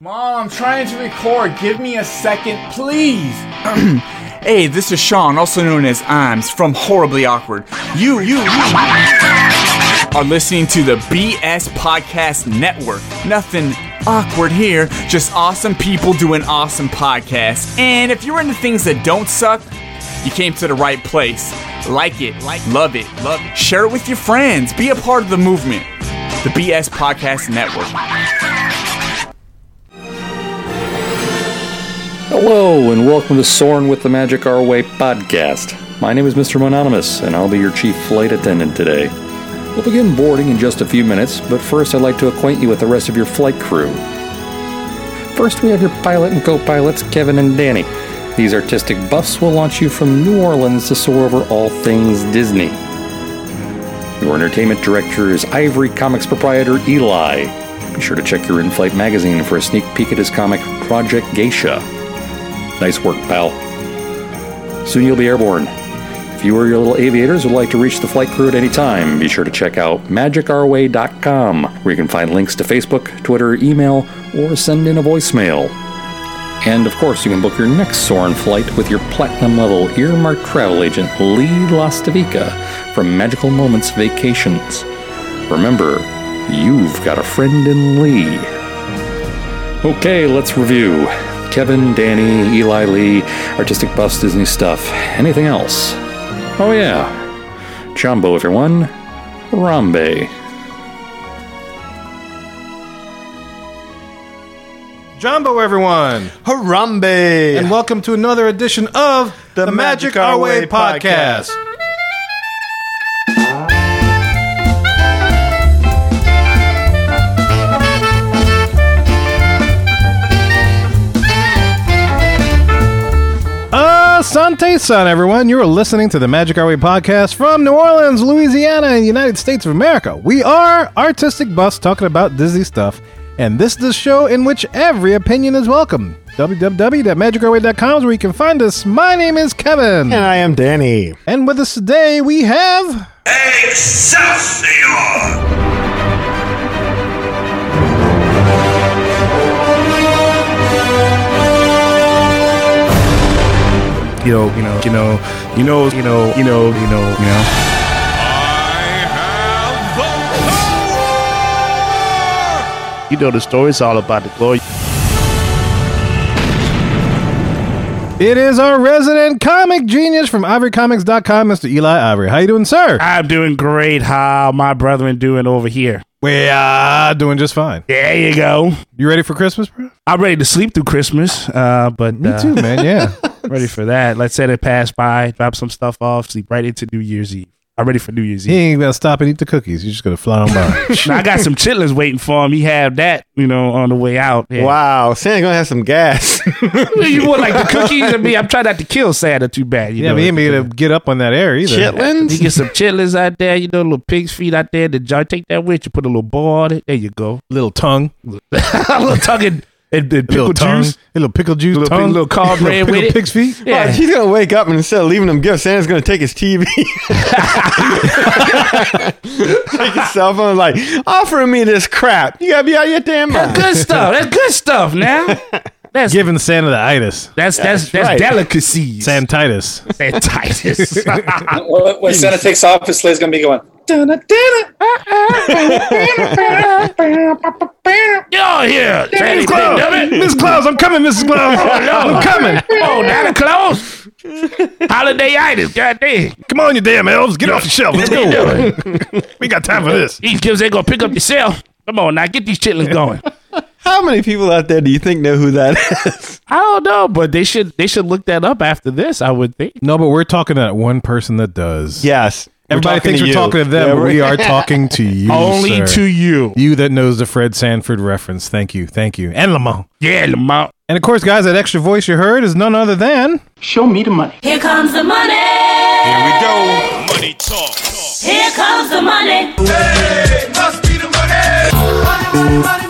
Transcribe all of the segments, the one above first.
Mom, I'm trying to record. Give me a second, please. Hey, this is Sean, also known as Imes, from Horribly Awkward. You, you, you are listening to the BS Podcast Network. Nothing awkward here, just awesome people doing awesome podcasts. And if you're into things that don't suck, you came to the right place. Like it, like, love it, love it. Share it with your friends. Be a part of the movement. The BS Podcast Network. Hello, and welcome to Soren with the Magic Our Way podcast. My name is Mr. Mononymous, and I'll be your chief flight attendant today. We'll begin boarding in just a few minutes, but first I'd like to acquaint you with the rest of your flight crew. First, we have your pilot and co pilots, Kevin and Danny. These artistic buffs will launch you from New Orleans to soar over all things Disney. Your entertainment director is Ivory Comics proprietor Eli. Be sure to check your in flight magazine for a sneak peek at his comic, Project Geisha. Nice work, pal. Soon you'll be airborne. If you or your little aviators would like to reach the flight crew at any time, be sure to check out magicourway.com, where you can find links to Facebook, Twitter, email, or send in a voicemail. And of course, you can book your next Soren flight with your platinum level earmarked travel agent, Lee Lastavica, from Magical Moments Vacations. Remember, you've got a friend in Lee. Okay, let's review. Kevin, Danny, Eli Lee, artistic buffs, Disney stuff. Anything else? Oh, yeah. Jumbo, everyone. Rambe. Jumbo, everyone, Harambe! and welcome to another edition of the, Magic, Our Way, podcast. Asante san, everyone. You are listening to the Magic Our Way podcast from New Orleans, Louisiana, in the United States of America. We are Artistic Bus talking about Disney stuff, and this is the show in which every opinion is welcome. www.magicourway.com is where you can find us. My name is Kevin. And I am Danny. And with us today, we have. Excelsior! You know, you know, you know, you know, you know, you know, you know, you know. You know the story's all about the glory. It is our resident comic genius from ivorycomics.com, Mr. Eli Ivory. How you doing, sir? I'm doing great. How my brethren doing over here? We are doing just fine. There you go. You ready for Christmas, bro? I'm ready to sleep through Christmas, uh, but Me uh, too, man. Yeah. ready for that. Let's let it pass by, drop some stuff off, sleep right into New Year's Eve. I'm ready for New Year's he Eve. ain't gonna stop and eat the cookies. You're just gonna fly on by. Now, I got some chitlins waiting for him. He had that, you know, on the way out. Yeah. Wow, Santa's gonna have some gas. you want like the cookies and me? I'm trying not to kill Santa too bad. You yeah, know? but he ain't gonna get up on that air either. You Chitlins? get some chitlins out there, you know, little pig's feet out there. The jar, take that with you, put a little ball on it. There you go. Little tongue, a little tongue and, and, and pickle little tongue, juice. little pickle juice, Little, tongue, pig, little cornbread little with it. pig's feet. Like, Yeah. he's gonna wake up and instead of leaving him gifts, Santa's gonna take his TV, take his cell phone, like offering me this crap. You gotta be out of your damn mind. good stuff. That's good stuff now. That's Giving Santa the itis, that's that's that's, right. delicacies. Santitis. Sanititis. When, when Santa takes off, his sleigh's gonna be going. Dun-dun, Get Oh, on here. Sandy Close. Pig, Miss Claus, I'm coming, Mrs. Claus. I'm coming. Oh, not a close. Holiday itis. God dang. Come on, you damn elves, get off the shelf. Let's go. we got time for this. These kids ain't gonna pick up yourself. Come on now, get these chitlins going. How many people out there do you think know who that is? I don't know, but they should they should look that up after this. I would think. No, but we're talking to that one person that does. Yes. we're Everybody talking thinks to we're you. talking to Yeah, them, but we're- we are talking to you. Only sir. to you. You that knows the Fred Sanford reference. Thank you. Thank you. And Lamont. Yeah, Lamont. And of course, guys, that extra voice you heard is none other than. Here comes the money. Here we go! Here comes the money. Hey, must be the money!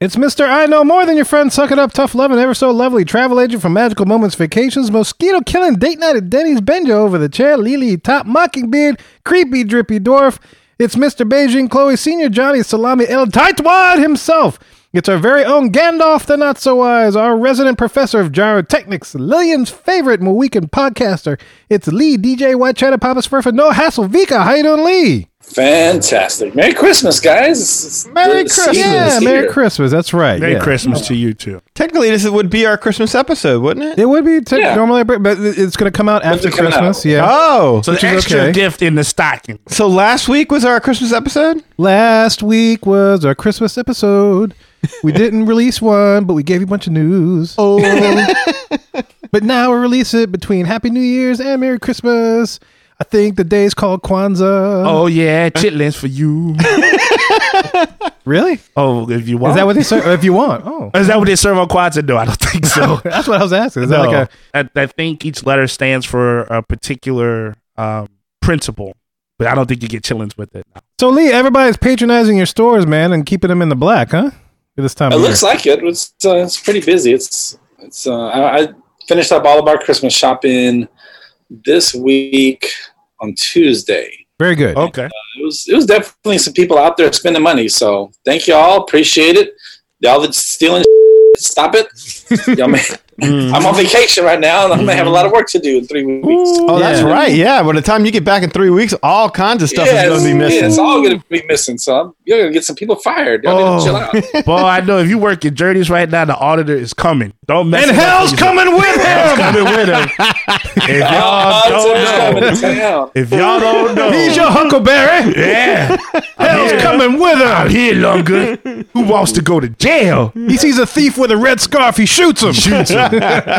It's Mr. I Know More Than Your Friend, Suck It Up, Tough Love, and Ever So Lovely Travel Agent from Magical Moments Vacations, Mosquito Killing Date Night at Denny's Benjo over the chair, Lily Top Mockingbeard, Creepy Drippy Dwarf, It's Mr. Beijing Chloe Sr., Johnny Salami El Taitwan himself. It's our very own Gandalf the Not So Wise, our resident professor of gyrotechnics, Lillian's favorite Mohican podcaster. It's Lee, DJ White Cheddar, Papa Smurf, and No Hassle Vika. How you doing, Lee? Fantastic. Merry Christmas, guys. It's- it's- Merry the season Yeah, is Merry here. Christmas. That's right. Merry yeah. Christmas to you too. Technically, this would be our Christmas episode, wouldn't it? It would be t- Yeah. normally, but but it's going to come out after it coming Christmas. out? Yeah. Oh, So Which the is extra okay. gift in the stocking. so last week was our Christmas episode. Last week was our Christmas episode. We didn't release one, but we gave you a bunch of news. Oh. but now we release it between Happy New Year's and Merry Christmas. I think the day's called Kwanzaa. Oh yeah, chitlins for you. really? Oh, if you want. Is that what they serve? if you want. Oh, Is that what they serve on Quadsa? No, I don't think so. that's what I was asking. Is no. that like a I, I think each letter stands for a particular um, principle, but I don't think you get chillins with it. so Lee? Everybody's patronizing your stores, man, and keeping them in the black, huh? At this time, It of looks year. like it. It's, uh, it's pretty busy. It's it's. Uh, I, I finished up all of our Christmas shopping this week on Tuesday. very good. Oh. Okay. it was it was definitely some people out there spending money. So thank you all, appreciate it. Y'all that's stealing, stop it. Y'all may, I'm on vacation right now, and I'm gonna have a lot of work to do in three weeks. Oh, that's Yeah. right. Yeah, by the time you get back in three weeks, all kinds of stuff is yeah, going it's, to be missing. yeah, it's all gonna be missing. So I'm, you're gonna get some people fired. Y'all need to chill out. Boy, I know if you work in journeys right now, the auditor is coming. Don't mess. And it up hell's for yourself. coming with Hell's him. coming with him. if y'all Odds are don't know, Oh, coming to town. if y'all don't know, He's your Huckleberry. yeah, hell's coming with him. I'm here, Lunga. Who wants to go to jail? He sees a thief with a red scarf. He shoots him. Shoot him.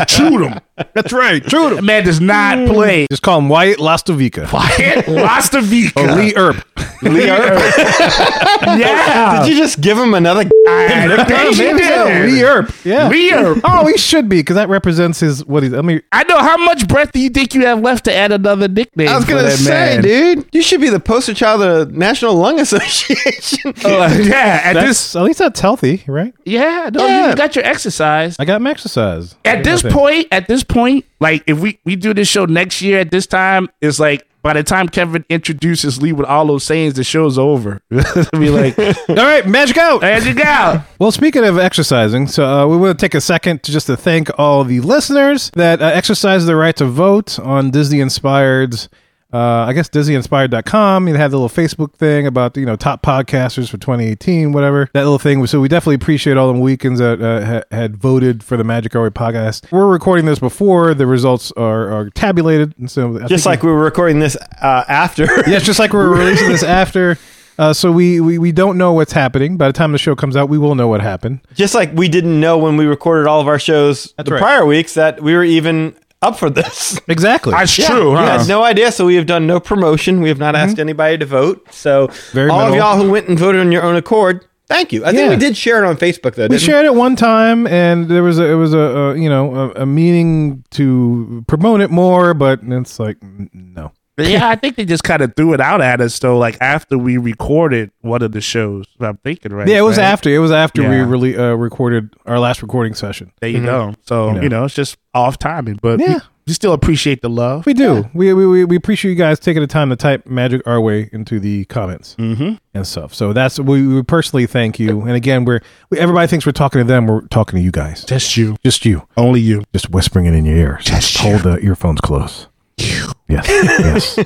Shoot him. That's right. Shoot That him. Mm. man does not play. Just call him Wyatt Lastovica. Wyatt Lastovica. Or Oh, Lee Earp. Yeah. Did you just give him another? I think he Maybe so. did. Lee Earp. Yeah. Lee Earp. Oh, he should be because that represents his what he's. I mean, I know how much breath do you think you have left to add another nickname? I was for gonna that say, man? dude, you should be the poster child of the National Lung Association. Uh, yeah, at that's, this, at least that's healthy, right? yeah, no, you got your exercise. I got him exercise. At this point, at this point, like if we we do this show next year, at this time, it's like by the time Kevin introduces Lee with all those sayings, the show's over. be like, All right, magic out. as you go. Well, speaking of exercising, so uh, we want to take a second to just to thank all the listeners that uh, exercise their right to vote on Disney Inspired's. Uh, I guess DisneyInspired.com. You had the little Facebook thing about you know top podcasters for 2018, whatever that little thing. was. So we definitely appreciate all the weekends that uh, ha- had voted for the Magic Hour podcast. We're recording this before the results are, are tabulated, and so I Just think- like we were recording this uh, after. yeah, it's just like we're releasing this after. Uh, so we, we we don't know what's happening. By the time the show comes out, we will know what happened. Just like we didn't know when we recorded all of our shows the right. prior weeks that we were even up for this. Exactly. That's true, We huh? had no idea, so we have done no promotion. We have not asked anybody to vote. So Mm-hmm. Very all minimal. of y'all who went and voted on your own accord, thank you. I Yeah. think we did share it on Facebook though. we didn't shared it one time, and there was a it was a, a you know a, a meaning to promote it more, but it's like n- no. But yeah, I think they just kind of threw it out at us though. Like after we recorded one of the shows, I'm thinking right. Yeah, it was right? after it was after we Yeah. really uh, recorded our last recording session. There you go. So you know. it's just off timing, but Yeah. we, we still appreciate the love. We do. We, we we we appreciate you guys taking the time to type magic our way into the comments Mm-hmm. and stuff. So that's we, we personally thank you. And again, we're we, everybody thinks we're talking to them. We're talking to you guys. Just you, Just you. only you. Just whispering it in your ear. Just hold the earphones close. Yes. Yes.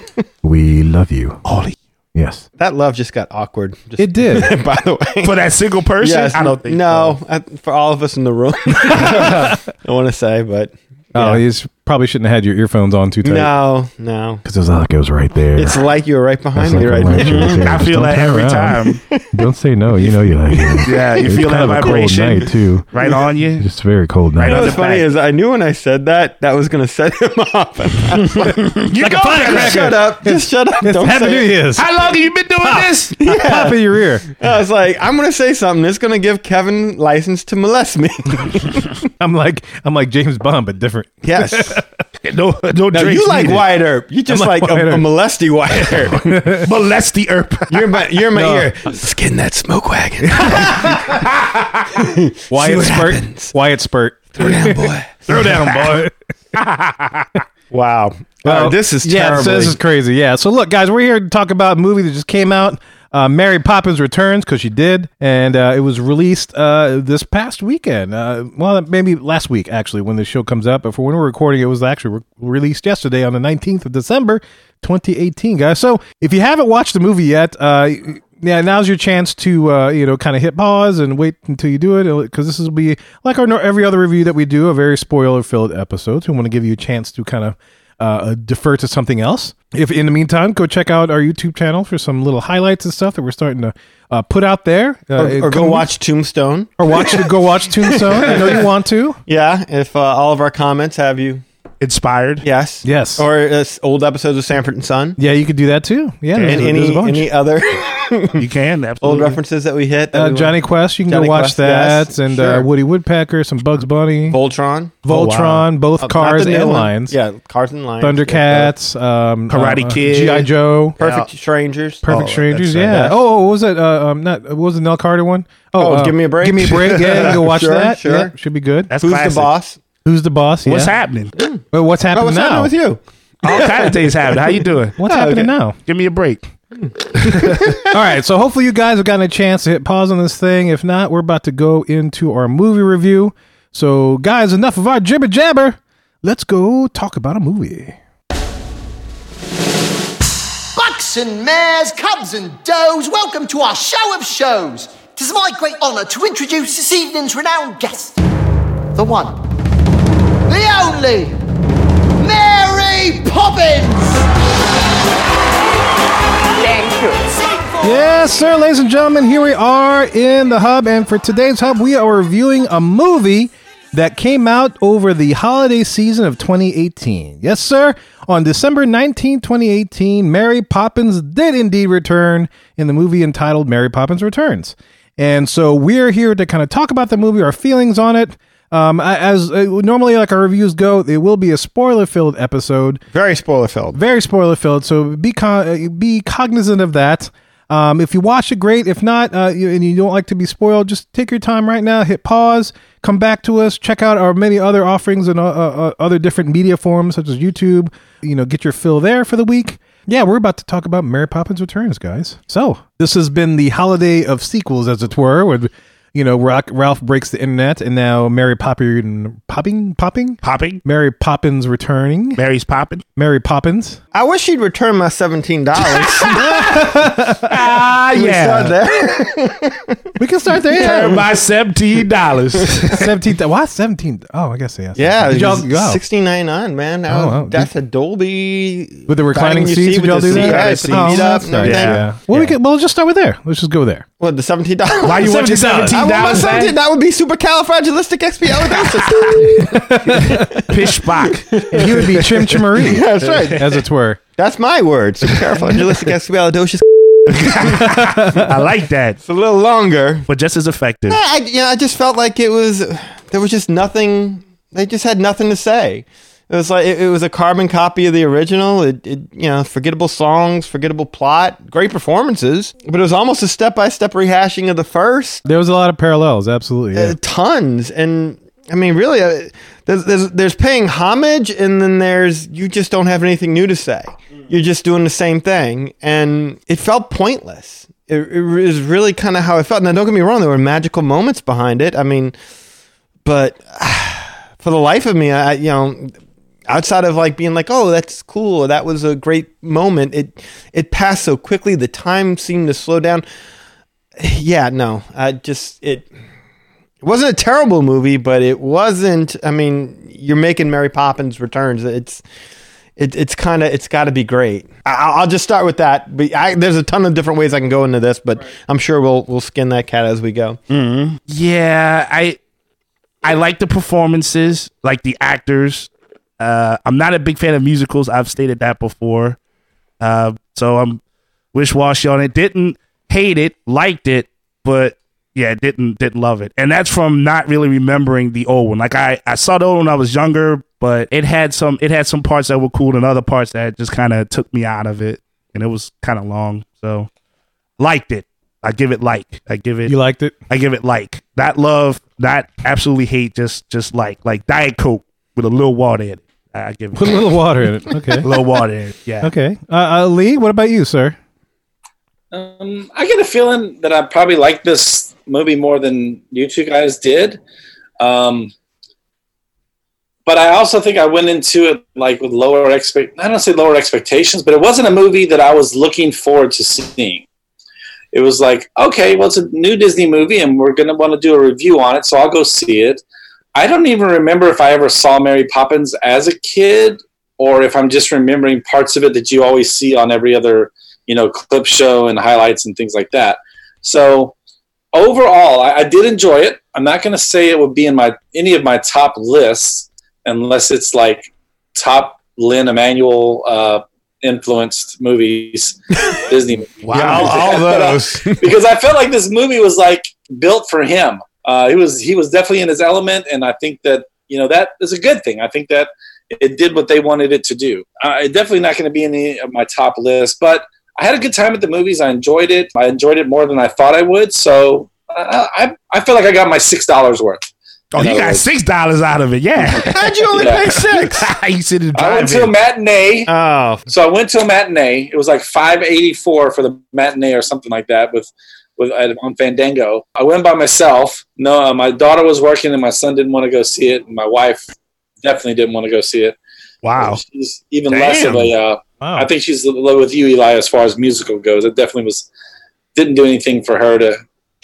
we love you. Only Yes. That love just got awkward. Just, It did. by the way. for that single person. Yes, I don't think no I, for all of us in the room. I want to say, but Oh, you s- probably shouldn't have had your earphones on too tight. no, no. Because it was like it was right there. It's like you're right It's behind like me I'm right right there. now. so. I Just feel don't that turn every around. time. Don't say no. You know you like it. Yeah, you It's feel that kind of a cold vibration night too. right on you. It's a very cold night. Right You know on what's funny is I knew when I said that that was gonna set him off. You go there. shut up! Just shut up! Don't Happy say New it. Year's. How long have you been doing this? Pop in your ear. I was like, I'm gonna say something that's gonna give Kevin license to molest me. I'm like I'm like James Bond, but different. yes. No, no Now drinks you like needed. Wyatt Earp. You just I'm like like, Wyatt a, a Earp. molesty Wyatt Earp. molest the herb. You're in my you're in my ear. Skin that smoke wagon. Wyatt what Spurt. happens. Wyatt Spurt. Throw down, boy. Throw down, boy. Wow. Uh, this is yeah, terrible. so this is crazy. Yeah. So look, guys, we're here to talk about a movie that just came out, uh, Mary Poppins Returns, because she did, and uh, it was released uh, this past weekend. Uh, well, maybe last week actually, when the show comes out. But for when we're recording, it was actually re- released yesterday on the nineteenth of December, twenty eighteen, guys. So if you haven't watched the movie yet, uh, yeah, now's your chance to uh, you know kind of hit pause and wait until you do it because this will be like our every other review that we do, a very spoiler-filled episode. We want to give you a chance to kind of uh, defer to something else. If in the meantime, go check out our YouTube channel for some little highlights and stuff that we're starting to uh, put out there, uh, it or go comes- watch Tombstone. or watch go watch Tombstone. I know you want to. Yeah, if uh, all of our comments have you. Inspired. Yes. Yes. Or uh, s- old episodes of Sanford and Son. Yeah, you could do that too. Yeah, And there's, a- there's any a bunch. any other You can. old Absolutely. references that we hit. that uh, we- Johnny Quest, you can Johnny go watch Quest, that, yes, and uh, sure. Uh, Woody Woodpecker, some Bugs Bunny, Voltron. Voltron, both Uh, not cars the new and one. lions. Yeah, cars and lines. Thundercats, um, Karate uh, Kid. GI Joe, Yeah, Perfect Strangers. Perfect Oh, Strangers. uh, that's right. Yeah. Oh, what was it? Uh, um, not what was the Nell Carter one? Oh, uh, Give Me a Break? Give me a break. Yeah, you can go watch Sure, that. sure. Yeah, should be good. That's Who's classic. the boss? Who's the boss? What's yeah. happening? Well, What's Oh, happening what's now? happening with you? All kind of things happen. How you doing? What's Oh, happening okay. now? Give me a break. All right, so hopefully you guys have gotten a chance to hit pause on this thing. If not, we're about to go into our movie review. So, guys, enough of our jibber jabber. Let's go talk about a movie. Bucks and mares, cubs and does, welcome to our show of shows. Tis my great honour to introduce this evening's renowned guest. The one, the only, Mary Poppins! Yes, sir, ladies and gentlemen, here we are in the hub. And for today's hub, we are reviewing a movie that came out over the holiday season of 2018. Yes, sir. On December 19, 2018, Mary Poppins did indeed return in the movie entitled Mary Poppins Returns. And so we're here to kind of talk about the movie, our feelings on it. Um, I- as uh, normally, like our reviews go, it will be a spoiler filled episode Very spoiler filled. very spoiler filled. So be con- uh, be cognizant of that. Um, if you watch it, great. If not, uh, you, and you don't like to be spoiled, just take your time right now. Hit pause. Come back to us. Check out our many other offerings and uh, uh, other different media forms such as YouTube. You know, get your fill there for the week. Yeah, we're about to talk about Mary Poppins Returns, guys. So this has been the holiday of sequels, as it were. With you know, Rock, Ralph breaks the internet, and now Mary Poppins popping popping Popping. Mary Poppins returning. Mary's popping. Mary Poppins. I wish you'd return my seventeen dollars. Ah, yeah. We can start there. Turn my seventeen dollars. Seventeen. Why seventeen? Oh, I guess yes. yeah, Did y'all, wow. sixty nine on man. Now Oh, wow. that's a Dolby with the reclining Finding your seats, seat did y'all with the do seat, that? yeah, Oh, it's seated up and that's nice. everything. yeah. Yeah. Well, we could. Well, just start with there. Let's just go there. Well, the seventeen dollars. Why you want your $17? I seventeen want my dollars? seventeen. That would be super califragilistic Pish back. You would be Chim Chimmery, That's right. as it were. That's my word. Super califragilistic I like that, It's a little longer. but just as effective. I, I- you know, I just felt like it was there was just nothing. They just had nothing to say. It was like it, it was a carbon copy of the original. It, it, you know, forgettable songs, forgettable plot, great performances, but it was almost a step by step rehashing of the first There was a lot of parallels. Absolutely. uh, Yeah. tons. And I mean, really, uh, there's, there's there's paying homage, and then there's you just don't have anything new to say. You're just doing the same thing, and it felt pointless. It, it is really kind of how it felt. Now, don't get me wrong; there were magical moments behind it. I mean, but for the life of me, I you know. Outside of like being like, oh, that's cool. That was a great moment. It it passed so quickly. The time seemed to slow down. Yeah, no, I just it it wasn't a terrible movie, but it wasn't. I mean, you're making Mary Poppins Returns. It's it, it's kind of it's got to be great. I, I'll I'll just start with that. But I, there's a ton of different ways I can go into this, but I'm sure we'll we'll skin that cat as we go. Mm-hmm. Yeah, I I like the performances, like the actors. Uh, I'm not a big fan of musicals. I've stated that before. Uh, so I'm wish washy on it. Didn't hate it, liked it, but yeah, didn't didn't love it. And that's from not really remembering the old one. Like I, I saw the old one when I was younger, but it had some it had some parts that were cool and other parts that just kind of took me out of it. And it was kind of long, so liked it. I give it like I give it. You liked it? I give it like not love, not absolutely hate, just just like like Diet Coke with a little water in it. I, I give Put a little water in it. Okay. a little water. In it. Yeah. Okay. Uh, uh, Lee, what about you, sir? Um, I get a feeling that I probably like this movie more than you two guys did. Um, but I also think I went into it like with lower expect I don't say lower expectations, but it wasn't a movie that I was looking forward to seeing. It was like, okay, well it's a new Disney movie and we're gonna want to do a review on it, so I'll go see it. I don't even remember if I ever saw Mary Poppins as a kid or if I'm just remembering parts of it that you always see on every other, you know, clip show and highlights and things like that. So overall, I, I did enjoy it. I'm not going to say it would be in my any of my top lists unless it's like top Lynn Emanuel uh, influenced movies, Disney. movies. Yeah, all- all But, uh, those. because I felt like this movie was like built for him. Uh, he was he was definitely in his element, and I think that you know that is a good thing. I think that it did what they wanted it to do. Uh, it's definitely not going to be in any of my top list, but I had a good time at the movies. I enjoyed it. I enjoyed it more than I thought I would. So uh, I I feel like I got my six dollars worth. Oh, In you other got words. six dollars out of it. Yeah. How'd you only Yeah. pay six? you sit in I went to a driving. matinee. Oh, So I went to a matinee. It was like five eighty four for the matinee or something like that with with at- on Fandango. I went by myself. No, uh, my daughter was working and my son didn't want to go see it. And my wife definitely didn't want to go see it. Wow. She's even Damn. Oh. less of a. Uh, Wow. I think she's a little with you, Eli, as far as musical goes. It definitely was didn't do anything for her to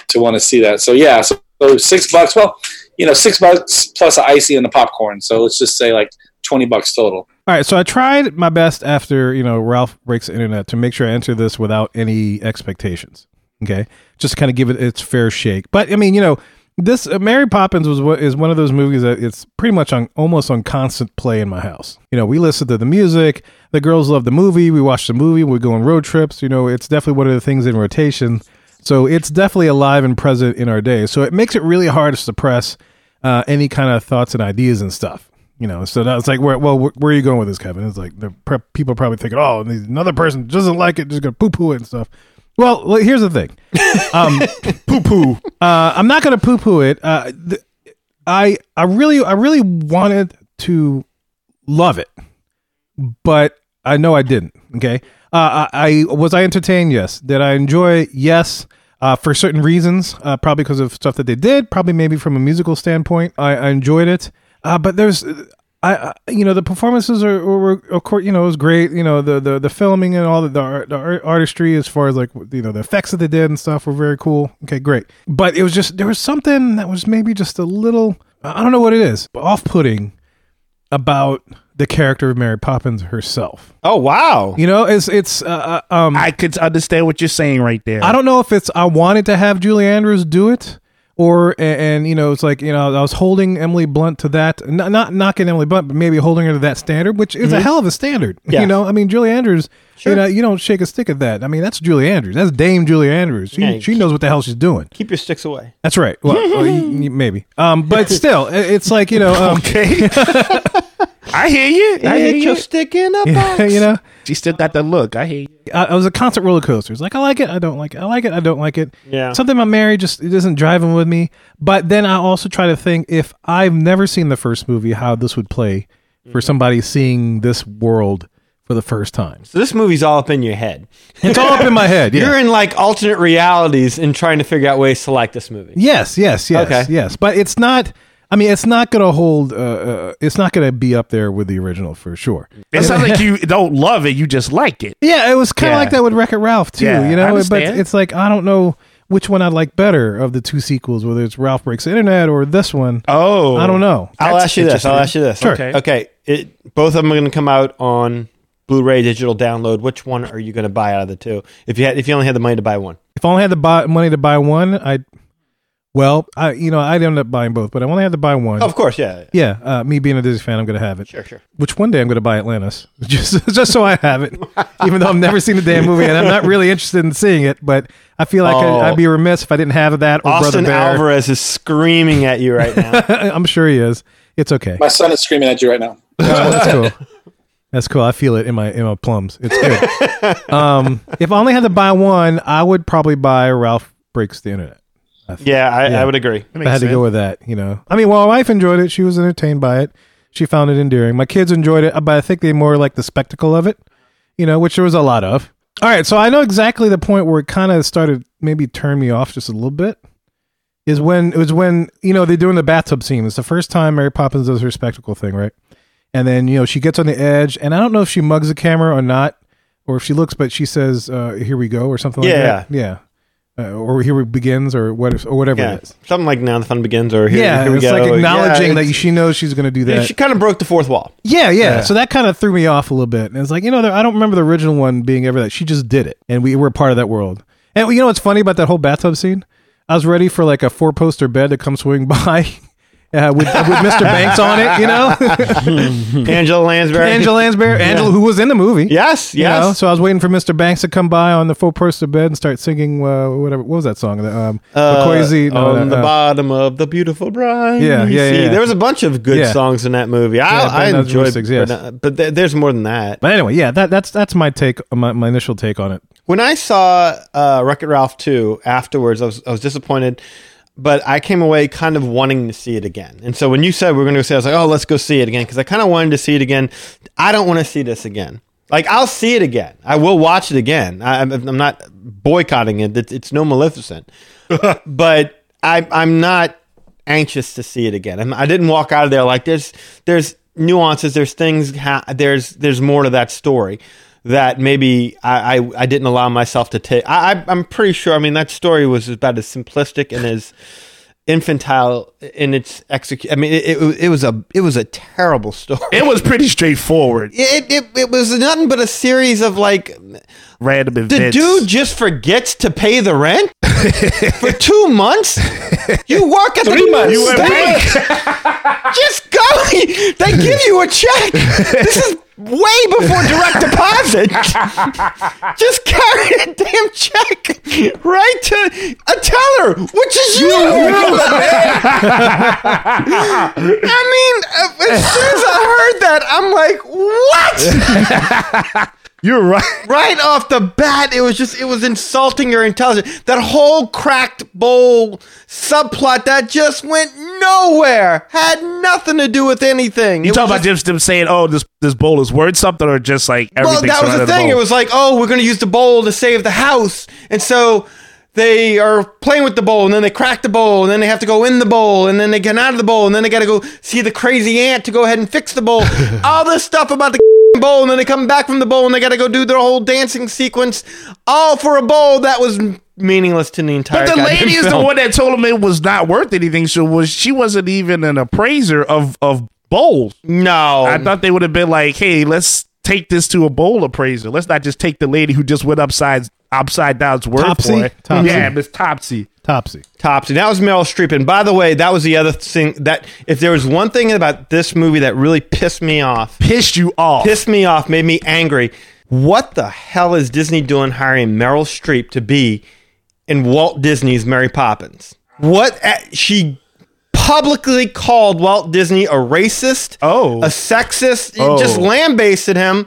to want to see that. So yeah, so, so six bucks. Well, you know, six bucks plus an icy and the popcorn. So let's just say like twenty bucks total. All right, so I tried my best after you know Ralph breaks the internet to make sure I enter this without any expectations. Okay, just kind of give it its fair shake. But I mean, you know, this uh, Mary Poppins was what is one of those movies that it's pretty much on almost on constant play in my house. You know, we listen to the music. The girls love the movie. We watch the movie. We go on road trips. You know, it's definitely one of the things in rotation. So it's definitely alive and present in our day. So it makes it really hard to suppress uh, any kind of thoughts and ideas and stuff. You know, so that's like, where, well, where, where are you going with this, Kevin? It's like the pre- people probably thinking, oh, and these- another person doesn't like it, just gonna poo poo it and stuff. Well, li- here's the thing, um, poo poo. Uh, I'm not gonna poo poo it. Uh, th- I I really I really wanted to love it, but I know I didn't. Okay, uh, I, I was I entertained. Yes, did I enjoy? it? Yes, uh, for certain reasons, uh, probably because of stuff that they did. Probably maybe from a musical standpoint, I, I enjoyed it. Uh, but there's, I, I you know the performances are were, were of course you know it was great. You know the the, the filming and all the the, art, the art, artistry as far as like you know the effects that they did and stuff were very cool. Okay, great. But it was just there was something that was maybe just a little I don't know what it is off putting about the character of Mary Poppins herself. oh wow. You know, it's it's uh, uh, um I could understand what you're saying right there. I don't know if it's I wanted to have Julie Andrews do it or and, and, you know it's like you know I was holding Emily Blunt to that not not knocking Emily Blunt but maybe holding her to that standard which is a hell of a standard Yeah. you know I mean Julie Andrews you know you don't shake a stick at that I mean that's Julie Andrews that's Dame Julie Andrews she, Yeah, you she knows what the hell she's doing Keep your sticks away. that's right well, well, y- y- maybe um but still i- it's like you know um, Okay. I hear you. I hear Get your you. stick in a box. you know She still got the look. I hear you. I, I was a constant roller coaster. It's like I like it, I don't like it, I like it, I don't like it. Yeah. Something about Mary just it isn't driving with me. But then I also try to think if I've never seen the first movie, how this would play Mm-hmm. for somebody seeing this world for the first time. So this movie's all up in your head. It's all up in my head. Yeah. You're in like alternate realities and trying to figure out ways to like this movie. yes, yes, yes, Okay. yes. But it's not. I mean, it's not gonna hold. Uh, uh, it's not gonna be up there with the original for sure. It sounds like you don't love it. You just like it. Yeah, it was kind of Yeah. like that with Wreck It Ralph too. Yeah, you know, I but understand. it's like I don't know which one I like better of the two sequels, whether it's Ralph Breaks the Internet or this one. Oh, I don't know. I'll That's ask you this. I'll ask you this. Sure. Okay. Okay. It, both of them are going to come out on Blu-ray digital download. Which one are you going to buy out of the two? If you had, if you only had the money to buy one, If I only had the buy, money to buy one, I well, I you know I'd end up buying both, but I only had to buy one. of course, yeah. Yeah, uh, me being a Disney fan, I'm gonna have it. Sure, sure. Which one day I'm gonna buy Atlantis, just just so I have it, even though I've never seen the damn movie and I'm not really interested in seeing it. But I feel like Oh. I, I'd be remiss if I didn't have that. Or Austin Brother Bear. Alvarez is screaming at you right now. I'm sure he is. It's okay. My son is screaming at you right now. Oh, that's cool. That's cool. I feel it in my in my plums. It's good. um, if I only had to buy one, I would probably buy Ralph Breaks the Internet. yeah, I, Yeah. I would agree. If I had to go with that. You know, I mean, while my wife enjoyed it, she was entertained by it. She found it endearing. My kids enjoyed it, uh, but I think they more like the spectacle of it, you know, which there was a lot of. All right, so I know exactly the point where it kind of started maybe turn me off just a little bit. Is when it was when you know they're doing the bathtub scene. It's the first time Mary Poppins does her spectacle thing, right? And then you know she gets on the edge, and I don't know if she mugs the camera or not, or if she looks, but she says, uh, "Here we go," or something Yeah. like that. Yeah, uh, or here we begins, or what, or whatever Yeah, it is. something like now the fun begins, or here, yeah, here we it's go. like Yeah, acknowledging it's- that she knows she's going to do that. she kind of broke the fourth wall. Yeah, yeah, Yeah. So that kind of threw me off a little bit. And it's like, you know, there, I don't remember the original one being ever that. She just did it, and we were part of that world. And you know what's funny about that whole bathtub scene? I was ready for like a four poster bed to come swinging by uh, with, with Mr. Banks on it, you know? Angela Lansbury. Hmm. Angela Lansbury. Yeah. Angela, who was in the movie. Yes, You know? yes. So I was waiting for Mr. Banks to come by on the four poster bed and start singing uh, whatever. What was that song? The, um, Uh, McCoisy- no, on no, the uh, bottom of the beautiful bride. Yeah, you yeah, see. yeah. There was a bunch of good Yeah. songs in that movie. Yeah, I, Ben I Nuzz enjoyed, Rusick's, yes. but, but th- there's more than that. But anyway, yeah, that, that's that's my take, my, my initial take on it. When I saw uh, Wreck It Ralph 2 afterwards, I was, I was disappointed, but I came away kind of wanting to see it again. And so when you said we are going to go see it, I was like, oh, let's go see it again because I kind of wanted to see it again. I don't want to see this again. Like, I'll see it again. I will watch it again. I, I'm I'm not boycotting it, it's, it's no Maleficent. but I, I'm not anxious to see it again. I'm, I didn't walk out of there like there's there's nuances, there's things, ha- there's there's more to that story that maybe I, I, I didn't allow myself to take. I, I I'm pretty sure. I mean, that story was about as simplistic and as infantile in its execution. I mean, it, it it was a it was a terrible story. It was pretty straightforward. It, it, it was nothing but a series of like Random the events. dude just forgets to pay the rent for two months. You work at Three the months. You You at just go. They give you a check. This is way before direct deposit. just carry a damn check right to a teller, which is you. I mean, uh, as soon as I heard that, I'm like, what? You're right. right off the bat, it was just it was insulting your intelligence. That whole cracked bowl subplot that just went nowhere had nothing to do with anything. You It talking was about just them saying, "Oh, this this bowl is worth something," or just like well, everything. that was the thing. It was like, oh, we're going to use the bowl to save the house, and so they are playing with the bowl, and then they crack the bowl, and then they have to go in the bowl, and then they get out of the bowl, and then they got to go see the crazy aunt to go ahead and fix the bowl. All this stuff about the bowl, and then they come back from the bowl, and they got to go do their whole dancing sequence, all for a bowl that was meaningless to the entire. But the goddamn lady is the film. one that told him it was not worth anything. So was she wasn't even an appraiser of of bowls. No, I thought they would have been like, "Hey, let's take this to a bowl appraiser. Let's not just take the lady who just went upside upside down's word Topsy? for it." Topsy. Yeah, Miss Topsy. Topsy. Topsy. That was Meryl Streep. And by the way, that was the other thing that if there was one thing about this movie that really pissed me off. Pissed you off. pissed me off, made me angry. What the hell is Disney doing hiring Meryl Streep to be in Walt Disney's Mary Poppins? What a- she publicly called Walt Disney a racist, Oh. a sexist, Oh. just lambasted him.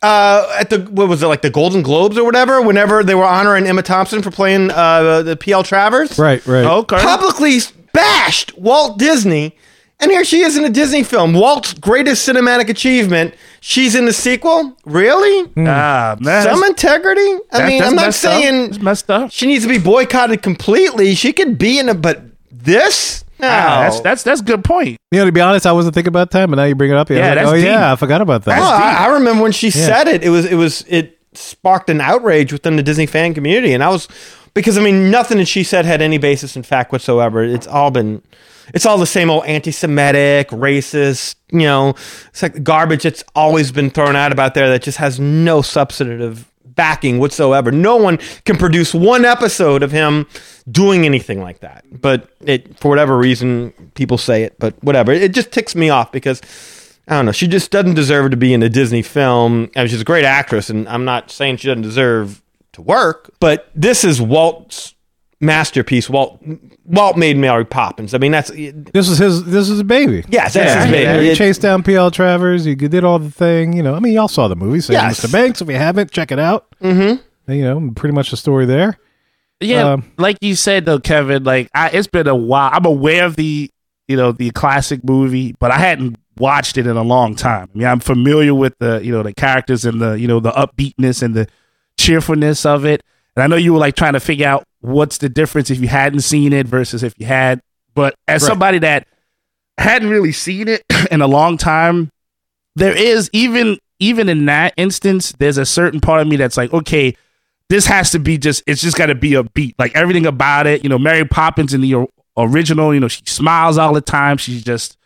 Uh, at the what was it like the Golden Globes or whatever? Whenever they were honoring Emma Thompson for playing uh, the PL Travers, Right, right. Okay. publicly bashed Walt Disney, and here she is in a Disney film, Walt's greatest cinematic achievement. She's in the sequel. Really? Ah, man. Mm. Some integrity? I that- mean, that's I'm not messed up. saying It's messed up. she needs to be boycotted completely. She could be in a, but this? No. Ah, that's that's that's a good point. You know, to be honest, I wasn't thinking about that, but now you bring it up. Yeah, Yeah, like, that's oh deep. yeah, I forgot about that. No, Oh, I, I remember when she said it. It was it was it sparked an outrage within the Disney fan community, and I was because I mean nothing that she said had any basis in fact whatsoever. It's all been it's all the same old anti-Semitic, racist, you know, it's like garbage that's always been thrown out about there that just has no substantive backing whatsoever. No one can produce one episode of him doing anything like that. But it for whatever reason people say it, but whatever. It just ticks me off because I don't know. She just doesn't deserve to be in a Disney film. I mean, she's a great actress, and I'm not saying she doesn't deserve to work, but this is Walt's masterpiece. Walt Walt made Mary Poppins. I mean, that's yes, This was his. This was a baby. that's his You know, baby. he It- chased down PL Travers. He did all the thing. You know, I mean, y'all saw the movie. So Yes. Mr. Banks, if you haven't, check it out. Mm-hmm. You know, pretty much the story there. Yeah, Um, like you said though, Kevin. Like I, it's been a while. I'm aware of the you know the classic movie, but I hadn't watched it in a long time. I mean, I'm familiar with the you know the characters and the you know the upbeatness and the cheerfulness of it. And I know you were like trying to figure out what's the difference if you hadn't seen it versus if you had. But as somebody that hadn't really seen it in a long time, there is even even in that instance, there's a certain part of me that's like, okay, this has to be just it's just got to be a beat. Like everything about it, you know, Mary Poppins in the o- original, you know, she smiles all the time. She's just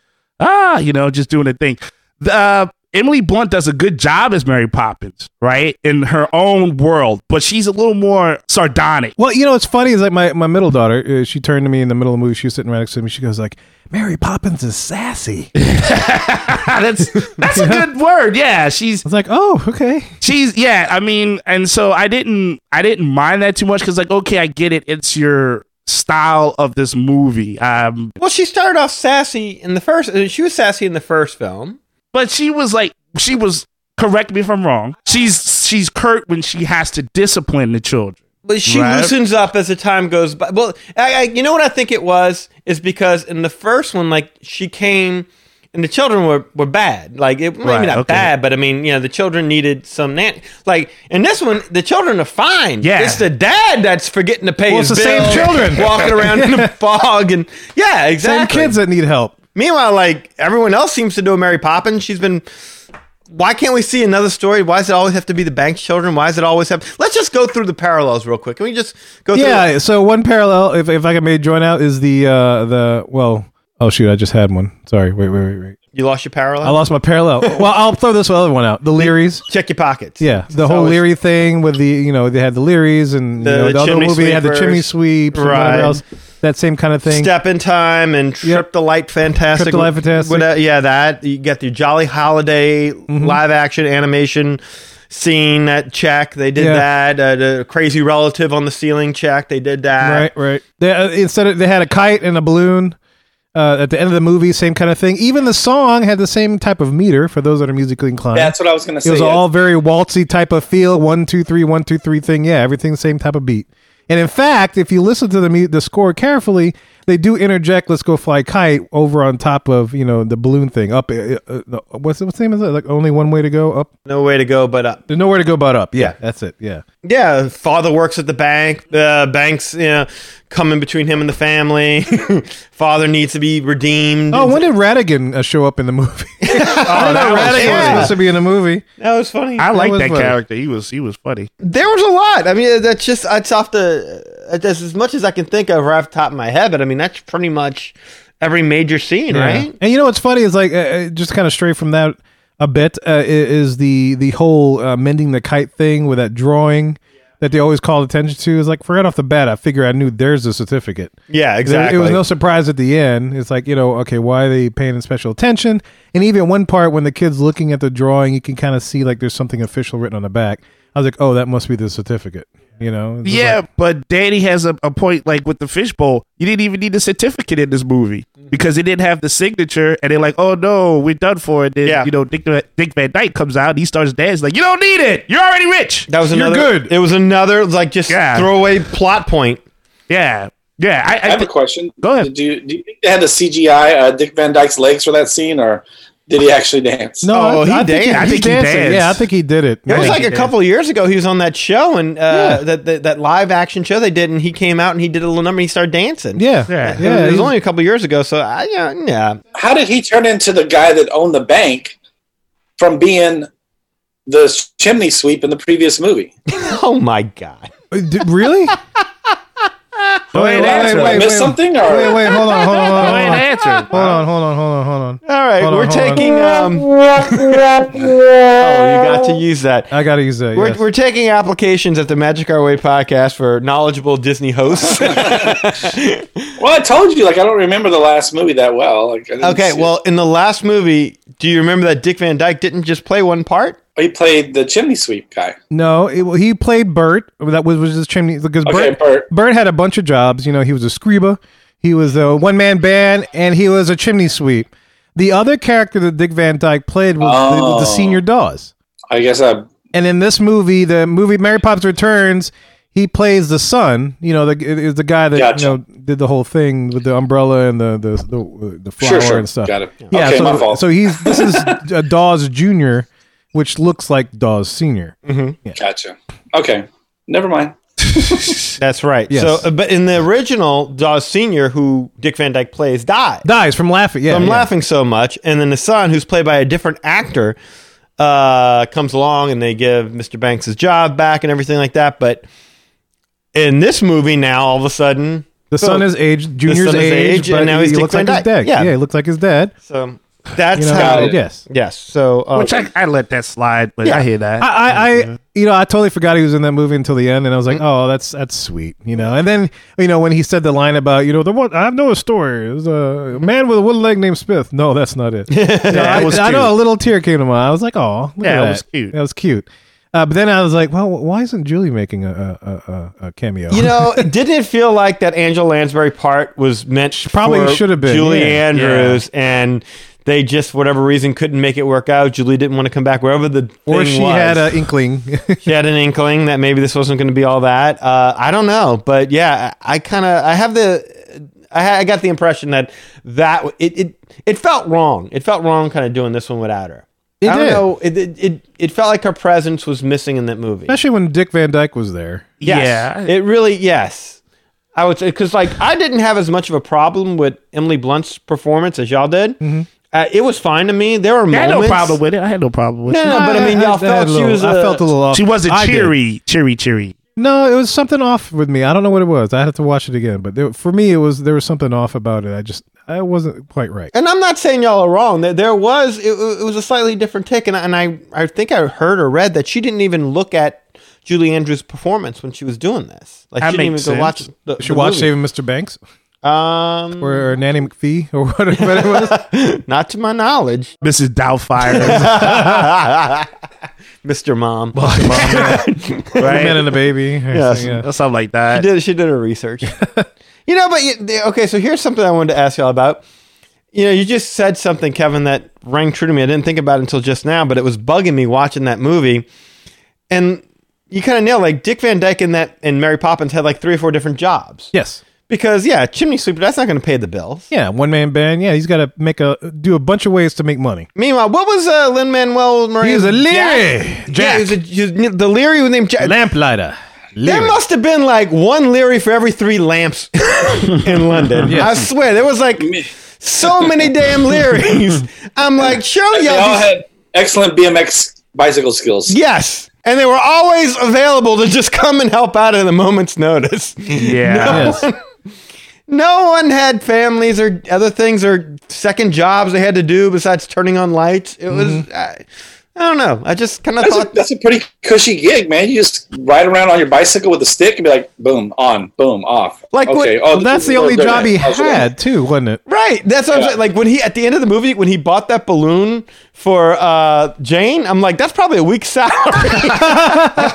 ah, you know, just doing a thing. The, uh, Emily Blunt does a good job as Mary Poppins, right? In her own world, but she's a little more sardonic. Well, you know, it's funny. Is like my, my middle daughter. Uh, she turned to me in the middle of the movie. She was sitting right next to me. She goes like, "Mary Poppins is sassy." that's that's a good word. Yeah, she's. It's like, oh, okay. She's yeah, I mean, and so I didn't I didn't mind that too much because like okay, I get it. It's your style of this movie. Um, Well, she started off sassy in the first. uh, She was sassy in the first film. but she was like she was correct me if I'm wrong. She's she's curt when she has to discipline the children. But she Right. loosens up as the time goes by. Well, I, I, you know what I think it was is because in the first one, like she came, and the children were, were bad. Like it, maybe Right, not okay. bad, but I mean, you know, the children needed some nan. Like in this one, the children are fine. Yeah. it's the dad that's forgetting to pay Well, his it's the same bill, children. walking around in the fog, and yeah, Same exactly. kids that need help. Meanwhile, like everyone else seems to know Mary Poppins. She's been. Why can't we see another story? Why does it always have to be the bank children? Why does it always have? Let's just go through the parallels real quick. Can we just go? through Yeah. So one parallel, if if I can make join out, is the uh the well. Oh shoot! I just had one. Sorry. Wait, wait, wait, wait. You lost your parallel. I lost my parallel. well, I'll throw this other one out. The Learys. Check your pockets. Yeah, the whole always- Leary thing with the you know they had the Learys and The you know, the other chimney movie they had the sweepers. chimney sweeps and Right. whatever else. That same kind of thing. Step in time and trip Yep. the light fantastic. Trip the Light Fantastic. Mm-hmm. Whatever- yeah, that you got the Jolly Holiday live action animation scene that check. They did Yeah. that. Uh, the crazy relative on the ceiling check. They did that. Right, right. They, uh, instead of, they had a kite and a balloon. Uh, at the end of the movie, same kind of thing. Even the song had the same type of meter for those that are musically inclined. That's what I was gonna say. it was yeah. all very waltzy type of feel. One, two, three, one, two, three thing. Yeah, everything same type of beat. And in fact, if you listen to the mu- the score carefully, they do interject "Let's Go Fly Kite" over on top of you know the balloon thing. Up, uh, uh, uh, what's what's the name of that? Like only one way to go up. No way to go but uh, up. There's nowhere to go but up. Yeah, that's it. Yeah, Yeah, father works at the bank. Uh, banks, you know, coming between him and the family. father needs to be redeemed. Oh, Oh, when did Radigan uh, show up in the movie? I don't know. was Radigan was funny. supposed to be in the movie. that was funny. I like was that funny. character. He was he was funny. There was a lot. I mean, that's just that's off the that's as much as I can think of right off the top of my head. But I mean, that's pretty much every major scene, right? And you know what's funny is like uh, uh, just kind of stray from that a bit uh, i- is the the whole uh, mending the kite thing with that drawing that they always call attention to is like for right off the bat I figure I knew there's a certificate. Yeah, There- It was no surprise at the end. It's like, you know, okay, why are they paying special attention? And even one part when the kid's looking at the drawing, you can kind of see like there's something official written on the back. I was like, oh, that must be the certificate. You know? It's just Yeah, like- but Danny has a, a point. Like with the fishbowl, you didn't even need a certificate in this movie because it didn't have the signature, and they're like, "Oh no, we're done for." it. then Yeah. you know Dick, Dick Van Dyke comes out, and he starts dancing like, "You don't need it. You're already rich." That was You're another. good. It was another like just Yeah. throwaway plot point. Yeah, yeah. I, I I have a thi- question. Go ahead. Do you, do you think they had the CGI uh, Dick Van Dyke's legs for that scene, or did he actually dance? No, Oh, I, he I think danced. I think he danced it. danced. Yeah, I think he did it. It was Yeah. like a couple of years ago. He was on that show and uh, that, that that live action show they did, and he came out and he did a little number. and He started dancing. yeah, Yeah. yeah, It was- it was he's- only a couple of years ago. So I yeah, yeah. How did he turn into the guy that owned the bank from being the chimney sweep in the previous movie? Oh my god. Uh, d- really? Go ahead, and wait, answer. wait, Did I miss wait. something? Or Wait, wait, hold on, hold on, Go hold ahead, and on, answer. hold on, hold on, hold on, hold on. All right, Hold on, we're hold on. taking. Um, oh, you got to use that. I gotta use that. We're, Uh, yes. we're taking applications at the Magic Our Way podcast for knowledgeable Disney hosts. Well, I told you, like I don't remember the last movie that well. Like, I didn't okay, see it. well, in the last movie, do you remember that Dick Van Dyke didn't just play one part? he played the chimney sweep guy. No, it, well, he played Bert. That was was his chimney because Okay, Bert, Bert. had a bunch of jobs. You know, he was a scriba, he was a one man band, and he was a chimney sweep. The other character that Dick Van Dyke played was the, was the Oh. senior Dawes. I guess I And in this movie, the movie Mary Poppins Returns, he plays the son. You know, the is the guy that Gotcha. you know did the whole thing with the umbrella and the the the, the flower Sure, sure. and stuff. Got it. Yeah, Okay, so, my fault. so he's this is uh, Dawes Junior, which looks like Dawes Senior. Gotcha. Okay. Never mind. That's right. Yes. So, uh, but in the original, Dawes Senior, who Dick Van Dyke plays, died. Dies from laughing. Yeah, I'm yeah. laughing so much, and then the son, who's played by a different actor, uh, comes along, and they give Mr. Banks his job back and everything like that. But in this movie, now all of a sudden, The son boom. is aged, Junior's son is age, aged, but and now he, he's Dick looks Van like his Dyke. dad. Yeah. Yeah. he looks like his dad. So that's You know, how. it. yes. Yes. So uh, Which I, I let that slide, but I hear that. I, I, I, you know, I totally forgot he was in that movie until the end, and I was like, Mm-hmm. oh, that's that's sweet, you know. And then, you know, when he said the line about, you know, the one I know a story, there's a man with a wooden leg named Smith. No, that's not it. You know, I, was I cute. know a little tear came to my. eye. I was like, oh, Yeah, that it was cute. That was cute. Uh, but then I was like, well, why isn't Julie making a a, a- a, a cameo? You know, didn't it feel like that Angela Lansbury part was meant Probably for should have been, Julie yeah. Andrews and they just whatever reason couldn't make it work out. Julie didn't want to come back wherever the or thing she was. had an inkling. she had an inkling that maybe this wasn't going to be all that. Uh, I don't know, but yeah, I, I kind of I have the I, ha- I got the impression that that it it it felt wrong. It felt wrong, kind of doing this one without her. It I don't did. know. It, it it it felt like her presence was missing in that movie. Especially when Dick Van Dyke was there. Yes. Yeah. It really, yes. I would say, because like I didn't have as much of a problem with Emily Blunt's performance as y'all did. Uh, it was fine to me. There were I Mm-hmm. had moments. no problem with it. I had no problem with No, it. no, but I mean, y'all had felt a she little- was. I uh, felt a little off. She wasn't I did. cheery, cheery, cheery. No, it was something off with me. I don't know what it was. I had to watch it again, but there, for me, it was there was something off about it. I just I wasn't quite right. And I'm not saying y'all are wrong. There, there was it, it was a slightly different take, and, I- and I I think I heard or read that she didn't even look at Julie Andrews' performance when she was doing this. Like That she didn't even makes go watch. sense. The, Should the watch movie. Saving Mr. Banks Um, or, or Nanny McPhee or whatever it was. not to my knowledge, Mrs. Doubtfire, Mr. Mom. The Man right? and the Baby. or something, yeah. Or something like that. She did. She did her research. you know, but you, the- okay. So here's something I wanted to ask y'all about. You know, you just said something, Kevin, that rang true to me. I didn't think about it until just now, but it was bugging me watching that movie. And you kind of nailed like Dick Van Dyke and that and Mary Poppins had like three or four different jobs. Yes. Because yeah, chimney sweeper that's not going to pay the bills. Yeah, one man band. Yeah, he's got to make a do a bunch of ways to make money. Meanwhile, what was uh, Lin Manuel Miranda? He was a Leary. Yeah, he was a, he was- the Leary was named Jack. Lamplighter. There must have been like one Leary for every three lamps in London. I swear, there was like so many damn Learys. I'm like, surely They y'all. all just- had excellent BMX bicycle skills. yes. And they were always available to just come and help out at a moment's notice. Yeah. Yes. No one had families or other things or second jobs they had to do besides turning on lights. It was, I, I don't know. I just kind of Mm-hmm. That's a, thought that's a pretty cushy gig, man. You just ride around on your bicycle with a stick and be like, boom, on, boom, off. Like what- okay, oh, well, this That's is the a only little job he different. How's it going? had too, wasn't it? Right. That's what I'm Yeah. saying. Like when he at the end of the movie when he bought that balloon for uh, Jane, I'm like, that's probably a week's salary. Girl,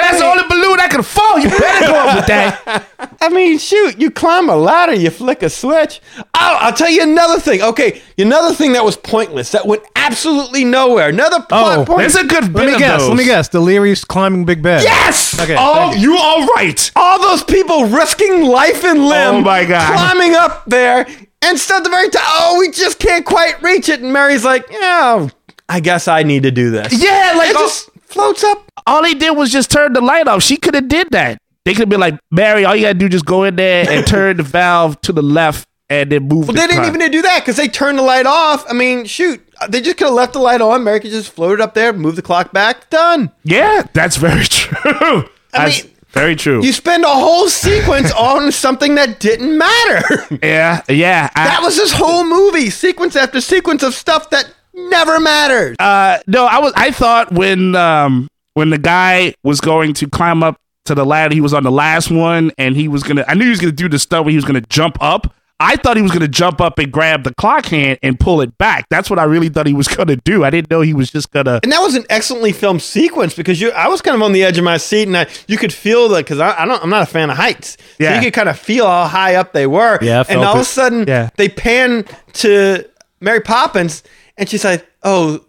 that's the only balloon I could afford. You better go up with that. I mean, shoot, you climb a ladder, you flick a switch. Oh, I'll tell you another thing. Okay, another thing that was pointless that went absolutely nowhere. Another plot Oh, point. There's a good bit Let me of guess. those. Let me guess. The Leary's climbing Big Bad. yes. Okay, Oh, thank you all right. All those people risking life and limb. Oh, my God. Climbing up there, and still at the very top. Oh, we just can't quite reach it. And Mary's like, yeah, I guess I need to do this. Yeah, like It all- just floats up. all they did was just turn the light off. She could have did that. They could have been like, Mary, all you gotta do is just go in there and turn the valve to the left and then move. Well, the they didn't car. even do that because they turned the light off. I mean, shoot, they just could have left the light on. America just floated up there, moved the clock back, done. Yeah, that's very true. That's mean, very true. You spend a whole sequence on something that didn't matter. yeah, yeah. I- that was this whole movie, sequence after sequence of stuff that never mattered. uh, no, I was. I thought when um when the guy was going to climb up to the ladder, he was on the last one, and he was gonna. I knew he was gonna do the stuff where he was gonna jump up. I thought he was gonna jump up and grab the clock hand and pull it back. That's what I really thought he was gonna do. I didn't know he was just gonna. and that was an excellently filmed sequence because you, I was kind of on the edge of my seat, and I, you could feel the because I, I don't, I'm not a fan of heights. Yeah. so you could kind of feel how high up they were. Yeah, I and felt all of it. a sudden, Yeah. they pan to Mary Poppins, and she's like, "Oh,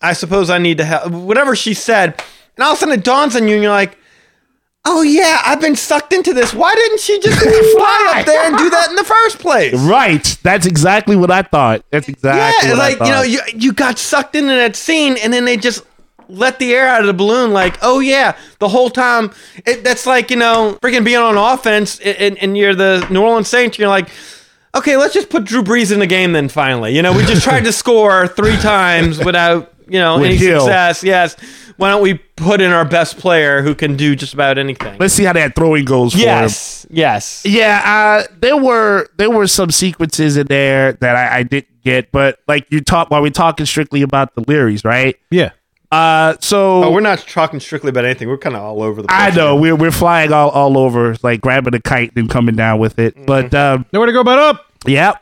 I suppose I need to help." Whatever she said, and all of a sudden it dawns on you, and you're like, oh yeah, I've been sucked into this. Why didn't she just fly up there and do that in the first place? Right. That's exactly what I thought. That's exactly yeah, what like I you know, thought. you you got sucked into that scene, and then they just let the air out of the balloon. Like, oh yeah, the whole time. It, that's like you know, freaking being on offense, and, and, and you're the New Orleans Saints. You're like, okay, let's just put Drew Brees in the game. Then finally, you know, we just tried to score three times without you know With any Hill. success. Yes, why don't we put in our best player who can do just about anything? Let's see how that throwing goes for him. Yes, yes. Yeah, uh, there were there were some sequences in there that I, I didn't get, but like you talk while we're talking strictly about the Learys, right? Yeah. Uh, so Oh, we're not talking strictly about anything. We're kind of all over the. place. I know we're we're flying all, all over, like grabbing a kite and coming down with Mm-hmm. it. But um, Nowhere to go but up. yeah,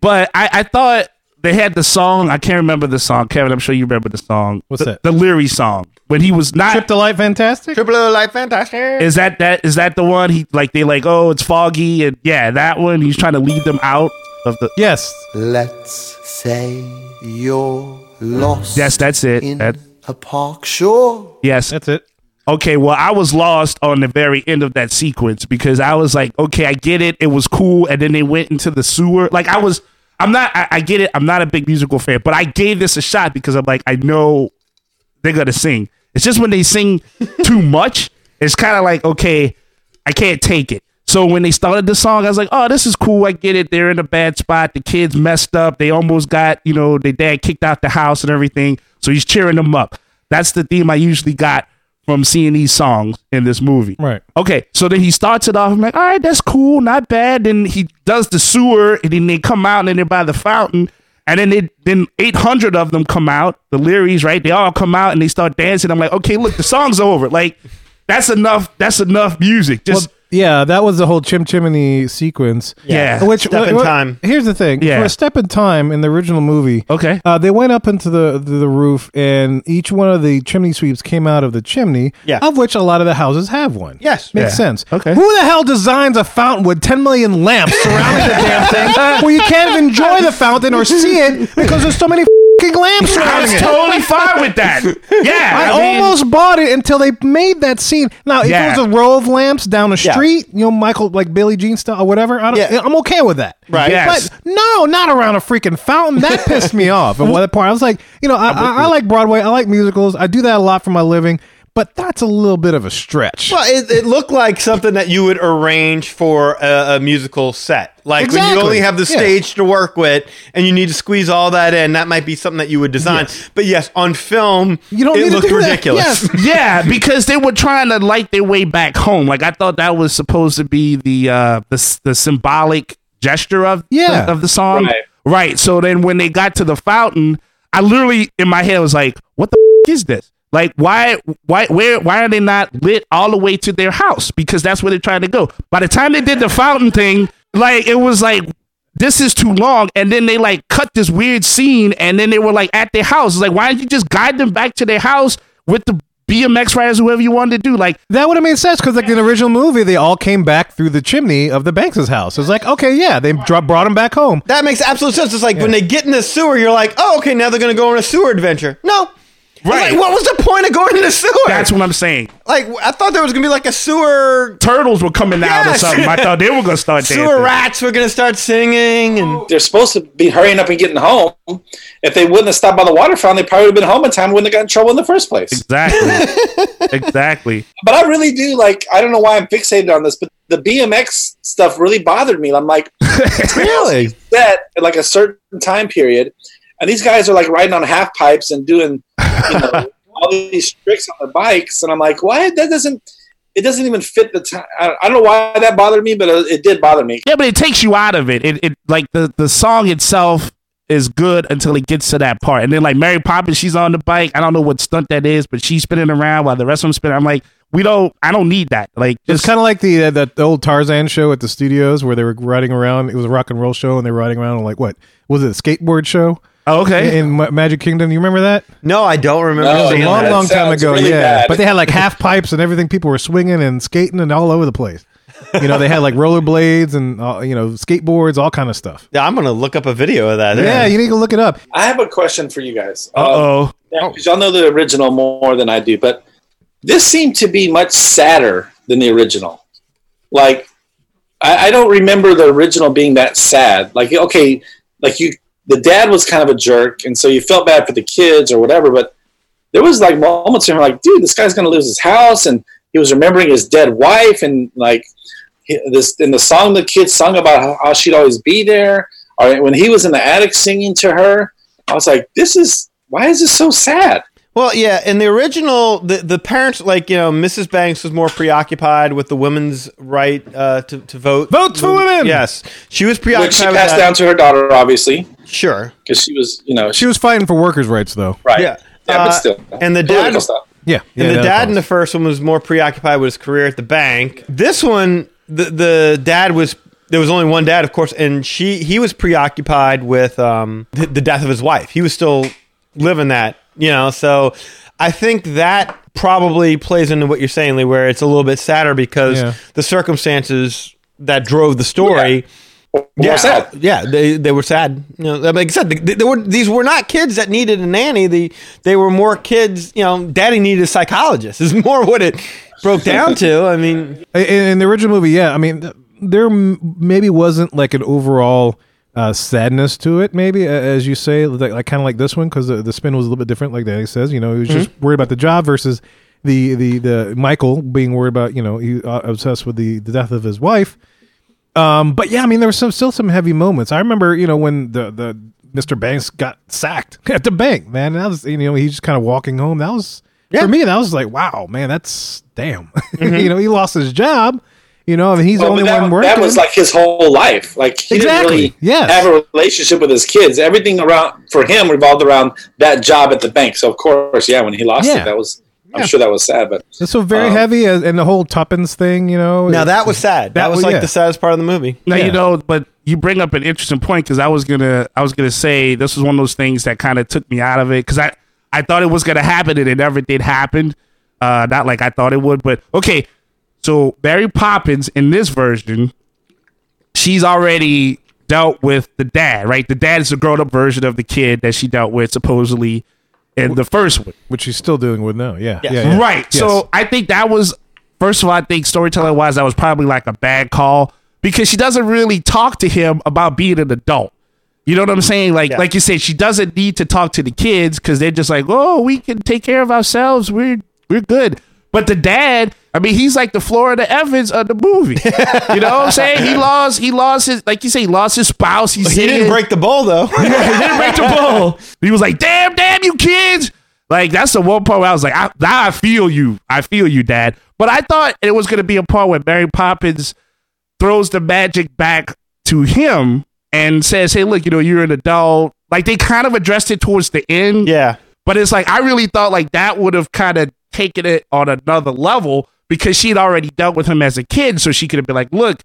but I, I thought they had the song. I can't remember the song, Kevin. I'm sure you remember the song. What's the, that? The Leary song when he was not. Trip to light, fantastic. Triple O life fantastic. is that that is that the one he like they like oh it's foggy and yeah that one he's trying to lead them out of the Yes. Let's say you're lost. yes that's it in that, a park shore. yes That's it. Okay, well, I was lost on the very end of that sequence because I was like, okay, I get it. It was cool. And then they went into the sewer. Like, I was, I'm not, I, I get it. I'm not a big musical fan, but I gave this a shot because I'm like, I know they're going to sing. It's just when they sing too much, it's kind of like, okay, I can't take it. So when they started the song, I was like, oh, this is cool. I get it. They're in a bad spot. The kids messed up. They almost got, you know, their dad kicked out the house and everything. So he's cheering them up. That's the theme I usually got from seeing these songs in this movie. Right. Okay. So then he starts it off. I'm like, all right, that's cool. Not bad. Then he does the sewer and then they come out and then they're by the fountain. And then they, then 800 of them come out, the Learys, right? They all come out and they start dancing. I'm like, okay, look, the song's over. Like, that's enough. That's enough music. Well, Just yeah, that was the whole Chim Chimney sequence. Yeah. Which Step in wh- wh- time. Here's the thing. Yeah. For a step in time in the original movie, Okay. uh, they went up into the the the roof, and each one of the chimney sweeps came out of the chimney. Yeah. Of which a lot of the houses have one. Yes. Makes Yeah. sense. Okay. Who the hell designs a fountain with 10 million lamps surrounding the damn thing? Well, you can't even enjoy the fountain or see it because there's so many fucking lamps I surrounding was it. totally fine with that. Yeah. I, mean, almost bought it until they made that scene. Now, if Yeah. it was a row of lamps down the Yeah. street, you know, Michael, like Billy Jean style or whatever, I don't, Yeah. I'm okay with that. Right. Yes. But no, not around a freaking fountain. That pissed me off. At one point, I was like, you know, I, I, I like Broadway. I like musicals. I do that a lot for my living, but that's a little bit of a stretch. Well, it, it looked like something that you would arrange for a, a musical set. Like when Exactly. you only have the Yeah. stage to work with and you need to squeeze all that in, that might be something that you would design. But yes, on film, you don't it need to looked do that. ridiculous. Yes. yeah, because they were trying to light their way back home. Like I thought that was supposed to be the uh the s- the symbolic gesture of Yeah. of the song. Right. Right. So then when they got to the fountain, I literally in my head was like, "What the f- is this? Like why why where why are they not lit all the way to their house? Because that's where they're trying to go." By the time they did the fountain thing, like it was like this is too long and then they like cut this weird scene and then they were like at their house It's like why don't you just guide them back to their house with the bmx riders whoever you wanted to do like That would have made sense because, like in the original movie, they all came back through the chimney of the Banks' house. It was like, okay, yeah, they dro- brought them back home. That makes absolute sense. It's like when they get in the sewer, you're like, oh, okay, now they're going to go on a sewer adventure. No. It's Right. Like, what was the point of going to the sewer? that's what i'm saying like, I thought there was going to be like a sewer. turtles were coming out or Yes. something i thought they were gonna start Sewer dancing. rats were going to start singing and. They're supposed to be hurrying up and getting home. If they wouldn't have stopped by the water fountain, they probably would have been home in time. Wouldn't have got in trouble in the first place. exactly exactly But I really do like. I don't know why I'm fixated on this, but the BMX stuff really bothered me. I'm like, really that at like a certain time period, and these guys are like riding on half pipes and doing you know, all these tricks on their bikes, and I'm like, why that doesn't. It doesn't even fit the time. I I don't know why that bothered me, but it it did bother me. yeah but it takes you out of it it, it like the the song itself is good until it gets to that part and then like mary poppins she's on the bike i don't know what stunt that is but she's spinning around while the rest of them spin i'm like we don't i don't need that like It's kind of like the uh, that old Tarzan show at the studios where they were riding around. It was a rock and roll show, and they were riding around on like what was it, a skateboard show oh, okay in Ma- Magic Kingdom? You remember that? No, I don't remember. No, A Yeah, long, that long time sounds ago, really yeah. bad. But they had like half pipes and everything. People were swinging and skating and all over the place. You know, they had like rollerblades and uh, you know skateboards, all kind of stuff. Yeah, I'm going to look up a video of that. Yeah, you need to look it up. I have a question for you guys. Uh oh. Yeah, 'cause y'all know the original more than I do, but this seemed to be much sadder than the original. Like, I, I don't remember the original being that sad. Like, okay, like you, the dad was kind of a jerk, and so you felt bad for the kids or whatever. But there was like moments where you're like, dude, this guy's gonna lose his house, and he was remembering his dead wife, and like he- this in the song the kids sung about how, how she'd always be there. Or when he was in the attic singing to her, I was like, this is why is this so sad? Well, yeah, in the original, the, the parents, like, you know, Mrs. Banks was more preoccupied with the women's right uh, to, to vote. Vote for women! Yes. She was preoccupied Which she with passed that. down to her daughter, obviously, Sure. because she was, you know, she, She was fighting for workers' rights, though. right. Yeah. Yeah, but Uh, still. and the dad- Political stuff. Yeah. yeah, and the that dad applies. in the first one was more preoccupied with his career at the bank. This one, the the dad was there was only one dad, of course, and she he was preoccupied with um, the, the death of his wife. He was still living that, you know. So I think that probably plays into what you're saying, Lee, where it's a little bit sadder because Yeah. the circumstances that drove the story. More sad. Yeah, they they were sad. You know, like I said, they, they were these were not kids that needed a nanny. The they were more kids. You know, daddy needed a psychologist. Is more what it broke down to. I mean, in, in the original movie, yeah, I mean, th- there m- maybe wasn't like an overall uh, sadness to it, maybe a- as you say, like, like kind of like this one because the, the spin was a little bit different. Like Danny says, you know, he was just worried about the job versus the the the Michael being worried about you know he uh, obsessed with the the death of his wife. Um, but yeah, I mean, there were some still some heavy moments. I remember, you know, when the the Mr. Banks got sacked at the bank, man. And that was, you know, he's just kind of walking home. That was for me. That was like, wow, man, that's damn. you know, he lost his job. You know, I mean, he's Mm-hmm. Well, the only but that, one working. that was like his whole life. Like he Exactly, didn't really yes. have a relationship with his kids. Everything around for him revolved around that job at the bank. So of course, yeah, when he lost Yeah. it, that was I'm sure that was sad. But It's so very um, heavy, uh, and the whole Tuppence thing. You know, now that was sad. That, That was was- like yeah. the saddest part of the movie. Now Yeah. you know, but you bring up an interesting point because I was gonna, I was gonna say this was one of those things that kind of took me out of it because I, I thought it was gonna happen and it never did happen. Uh, not like I thought it would, but okay. So Mary Poppins in this version, she's already dealt with the dad, right? The dad is a grown-up version of the kid that she dealt with supposedly in the first one. which he's still dealing with now. Yeah, yeah, yeah. Right. So I think that was first of all, I think storytelling wise, that was probably like a bad call because she doesn't really talk to him about being an adult. You know what I'm saying? Like, like you said, she doesn't need to talk to the kids because they're just like, oh, we can take care of ourselves. We're we're good. But the dad, I mean, he's like the Florida Evans of the movie. You know what I'm saying? He lost, he lost his, like you say, he lost his spouse. He's He didn't sitting- break the bowl though. he didn't break the ball. He was like, damn, damn, you kids. Like, that's the one part where I was like, I, now I feel you. I feel you, dad. But I thought it was going to be a part where Mary Poppins throws the magic back to him and says, hey, look, you know, you're an adult. Like, they kind of addressed it towards the end. yeah, But it's like I really thought like that would have kind of taken it on another level because she'd already dealt with him as a kid, so she could have been like, "Look,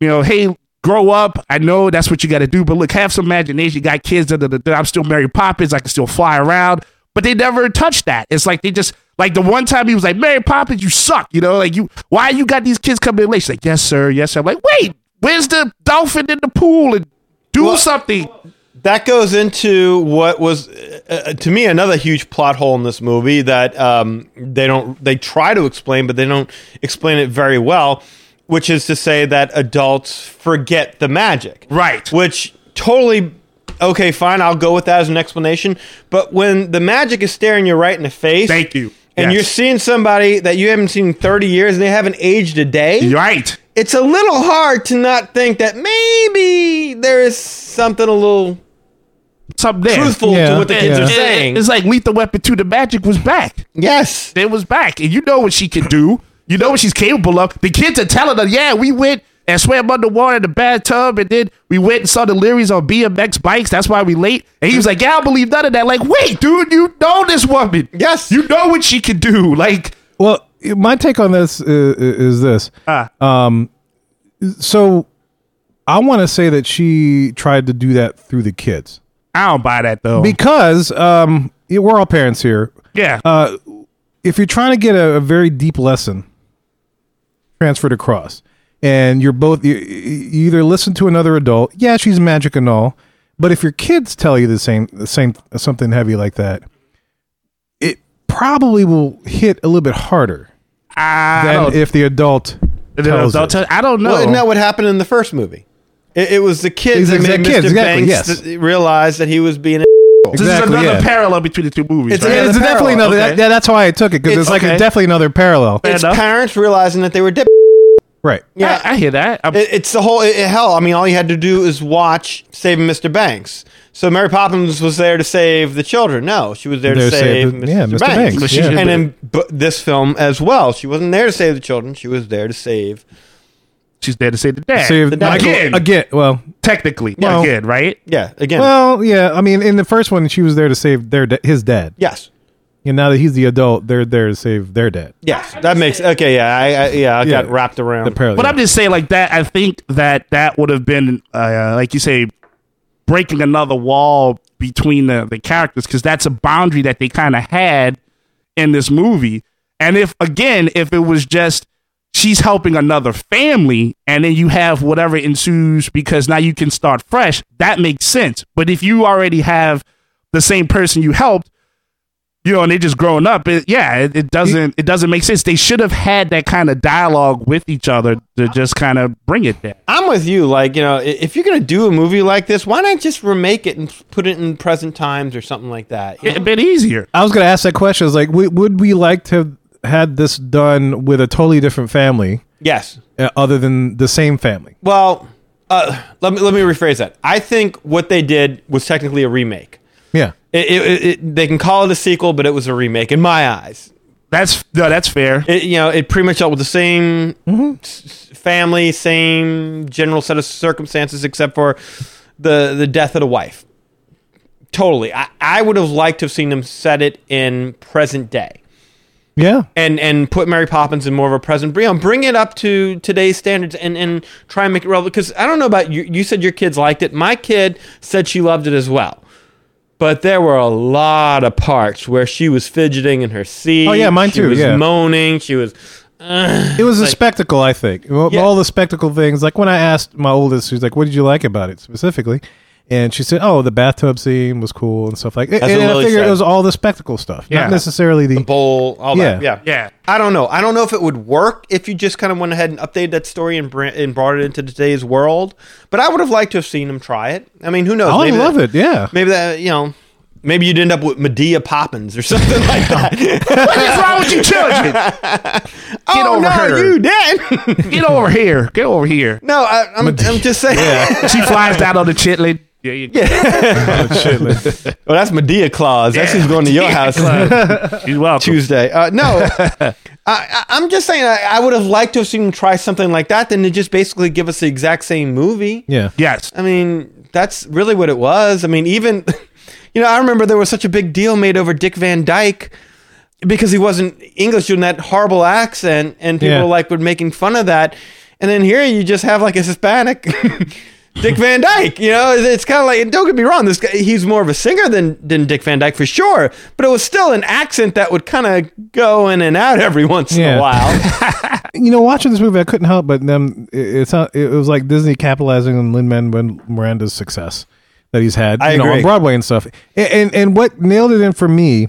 you know, hey, grow up. I know that's what you got to do, but look, have some imagination. You got kids. Da, da, da, da. I'm still Mary Poppins. I can still fly around." But they never touched that. It's like they just like the one time he was like, "Mary Poppins, you suck." You know, like you. Why you got these kids coming in late? She's like, "Yes, sir. Yes, sir." I'm like, "Wait, where's the dolphin in the pool and do something?" that goes into what was uh, uh, to me another huge plot hole in this movie that um, they don't they try to explain but they don't explain it very well which is to say that adults forget the magic Right. which totally okay fine i'll go with that as an explanation but when the magic is staring you right in the face Thank you. and Yes. you're seeing somebody that you haven't seen in 30 years and they haven't aged a day right. it's a little hard to not think that maybe there is something a little Something there. truthful to Yeah. what the kids Yeah. are It- saying. It's like Lethal Weapon 2, the magic was back. yes. It was back. And you know what she can do. You know what she's capable of. The kids are telling her, yeah, we went and swam underwater in the bathtub, and then we went and saw the Learys on BMX bikes. That's why we late. And he was like, yeah, I don't believe none of that. Like, wait, dude, you know this woman. Yes. You know what she can do. Like, Well, my take on this is, is this. Um, so I want to say that she tried to do that through the kids I don't buy that, though. because um, yeah, we're all parents here. yeah. If you're trying to get a, a very deep lesson transferred across, and you're both you, you either listen to another adult, yeah, she's magic and all, but if your kids tell you the same the same something heavy like that, it probably will hit a little bit harder. I than don't- if the adult The tells adult it. tell- I don't know. Well, isn't that what happened in the first movie? It, it was the kids that Exact- made kids, Mr. exactly, Banks yes. that realize that he was being. A this Exactly, is another yeah. parallel between the two movies. It's- right? it It's Another definitely parallel, another. okay. that- yeah, that's why I took it because It's- it's, like okay. it's definitely another parallel, Fair it's enough. parents realizing that they were dip. right? Yeah, I, I hear that. I'm- It, it's the whole it, it- hell. I mean, all you had to do is watch Saving Mr. Banks. So Mary Poppins was there to save the children. No, she was there to They're save, saved- Mr. yeah, Mr. Banks. Banks, But she yeah. should And be- in b- this film as well, she wasn't there to save the children. She was there to save. she's there to say the dad. So you The dad- Michael- Again. again. Well, technically, Well- again, right? Yeah, again. well, yeah. I mean, in the first one, she was there to save their da- his dad, yes, and now that he's the adult, they're there to save their dad. yes, that makes okay. Yeah, I, I yeah, I got Yeah. wrapped around. The parallel. But I'm just saying, like that. I think that that would have been, uh, like you say, breaking another wall between the, the characters because that's a boundary that they kind of had in this movie. And if again, if it was just she's helping another family, and then you have whatever ensues because now you can start fresh, that makes sense. But if you already have the same person you helped, you know, and they just growing up. It, yeah, it, it doesn't it doesn't make sense. They should have had that kind of dialogue with each other to just kind of bring it there. I'm with you. Like, you know, i- if you're gonna do a movie like this, why not just remake it and put it in present times or something like that? you know? It'd been easier. I was going to ask that question. Is like, w- would we like to have had this done with a totally different family, Yes. uh, other than the same family? Well, uh, let me let me rephrase that. I think what they did was technically a remake. Yeah, It, it, it, it- they can call it a sequel, but it was a remake in my eyes. That's no, that's fair. It, you know, it pretty much dealt with the same s- s- family, same general set of circumstances, except for the the death of the wife. Totally, I, I would have liked to have seen them set it in present day. yeah. and and put Mary Poppins in more of a present brio. Bring it up to today's standards and and try and make it relevant. Because I don't know about you. You said your kids liked it. My kid said she loved it as well. But there were a lot of parts where she was fidgeting in her seat. Oh, yeah, mine she too, Was yeah. moaning. She was. "Ugh." It was a spectacle, I think. Well, Yeah. All the spectacle things. Like when I asked my oldest, she's like, "What did you like about it specifically?" And she said, "Oh, the bathtub scene was cool and stuff like." that. That's and what I Lily figured said. it was all the spectacle stuff, Yeah. not necessarily the. bowl, all that. Yeah. Yeah. Yeah. I don't know. I don't know if it would work if you just kind of went ahead and updated that story and, br- and brought it into today's world. But I would have liked to have seen him try it. I mean, who knows? oh, I Maybe love that- it. Yeah. Maybe that you know, maybe you'd end up with Medea Poppins or something like that. What is wrong with you children? Get oh over no, her. you did. Get over here. Get over here. no, I, I'm, I'm just saying. She flies down on the chitlin. Yeah, you yeah. Well, Oh, that's Medea Claus. That's who's going to your house She's welcome. Tuesday. Uh, no, I, I, I'm just saying. I, I would have liked to have seen him try something like that than to just basically give us the exact same movie. Yeah. yes. I mean, that's really what it was. I mean, even, you know, I remember there was such a big deal made over Dick Van Dyke because he wasn't English doing that horrible accent, and people Yeah. like were making fun of that. And then here you just have like a Hispanic Dick Van Dyke. You know, it's, kind of like don't get me wrong, this guy he's more of a singer than than Dick Van Dyke for sure, but it was still an accent that would kind of go in and out every once in Yeah. a while. You know, watching this movie, I couldn't help but them. It, it's not, it was like Disney capitalizing on Lin Manuel Miranda's success that he's had, I you know, on agree. Broadway and stuff. And, and and what nailed it in for me.